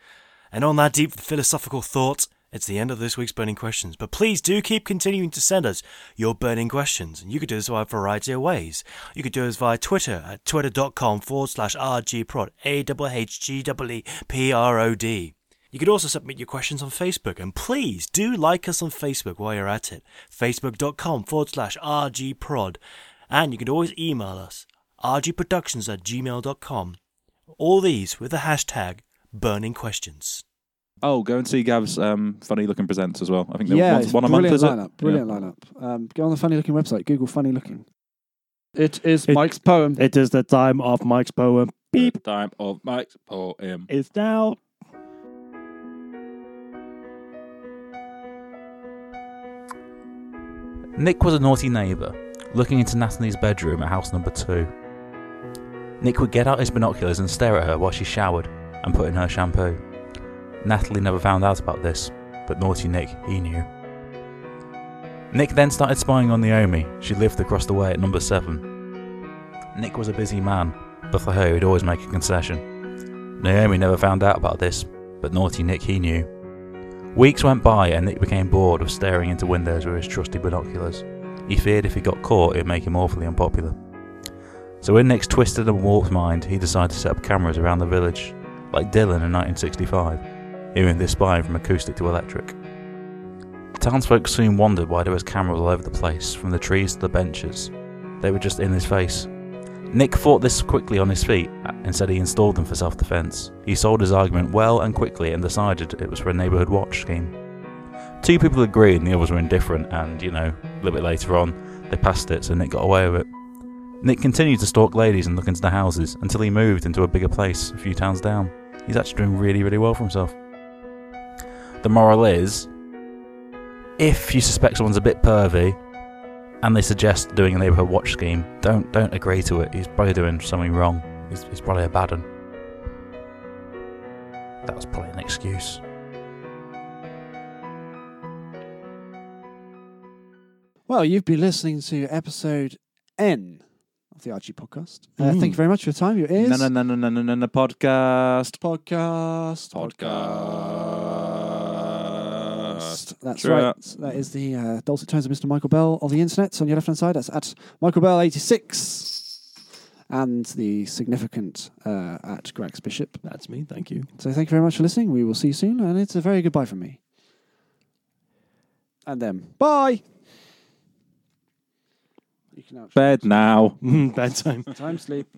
Speaker 2: And on that deep philosophical thought, it's the end of this week's Burning Questions. But please do keep continuing to send us your burning questions. And you could do this via a variety of ways. You could do this via Twitter at twitter.com forward slash rgprod, E A-H-H-G-E-E-P-R-O-D. You could also submit your questions on Facebook, and please do like us on Facebook while you're at it. Facebook.com forward slash RGProd. And you can always email us, rgproductions at gmail.com. All these with the hashtag burning questions.
Speaker 4: Oh, go and see Gav's um, funny looking presents as well. I think they're
Speaker 1: yeah,
Speaker 4: one,
Speaker 1: it's
Speaker 4: one a month,
Speaker 1: brilliant
Speaker 4: is it?
Speaker 1: lineup. Brilliant lineup. Um, go on the funny looking website. Google funny looking. It is
Speaker 3: It-
Speaker 1: Mike's poem.
Speaker 3: It is the time of Mike's poem. Beep.
Speaker 4: The Time of Mike's poem.
Speaker 3: It's now.
Speaker 5: Nick was a naughty neighbour, looking into Natalie's bedroom at house number two. Nick would get out his binoculars and stare at her while she showered and put in her shampoo. Natalie never found out about this, but naughty Nick, he knew. Nick then started spying on Naomi. She lived across the way at number seven. Nick was a busy man, but for her, he'd always make a concession. Naomi never found out about this, but naughty Nick, he knew. Weeks went by and Nick became bored of staring into windows with his trusty binoculars. He feared if he got caught, it'd make him awfully unpopular. So, in Nick's twisted and warped mind, he decided to set up cameras around the village, like Dylan in 1965, hearing this spying from acoustic to electric. Townsfolk soon wondered why there was cameras all over the place, from the trees to the benches. They were just in his face. Nick fought this quickly on his feet and said he installed them for self defense. He sold his argument well and quickly and decided it was for a neighborhood watch scheme. Two people agreed and the others were indifferent, and you know, a little bit later on, they passed it so Nick got away with it. Nick continued to stalk ladies and look into the houses until he moved into a bigger place a few towns down. He's actually doing really, really well for himself. The moral is if you suspect someone's a bit pervy, and they suggest doing a neighborhood watch scheme, don't don't agree to it. He's probably doing something wrong. He's, he's probably a bad one. That was probably an excuse.
Speaker 1: Well, you've been listening to episode N of the RG podcast. Uh,
Speaker 3: Mm.
Speaker 1: Thank you very much for your time. Your ears.
Speaker 4: No, no, no, no, no, no, no, no, podcast.
Speaker 1: Podcast.
Speaker 4: Podcast.
Speaker 1: That's
Speaker 4: Sure.
Speaker 1: right. That is the uh, dulcet tones of Mr. Michael Bell on the internet. On your left hand side, that's at Michael Bell eighty six, and the significant uh, at Grex Bishop.
Speaker 3: That's me. Thank you.
Speaker 1: So thank you very much for listening. We will see you soon, and it's a very goodbye from me. And them. Bye. You can now
Speaker 4: Bed now.
Speaker 3: Mm, bedtime.
Speaker 1: time sleep.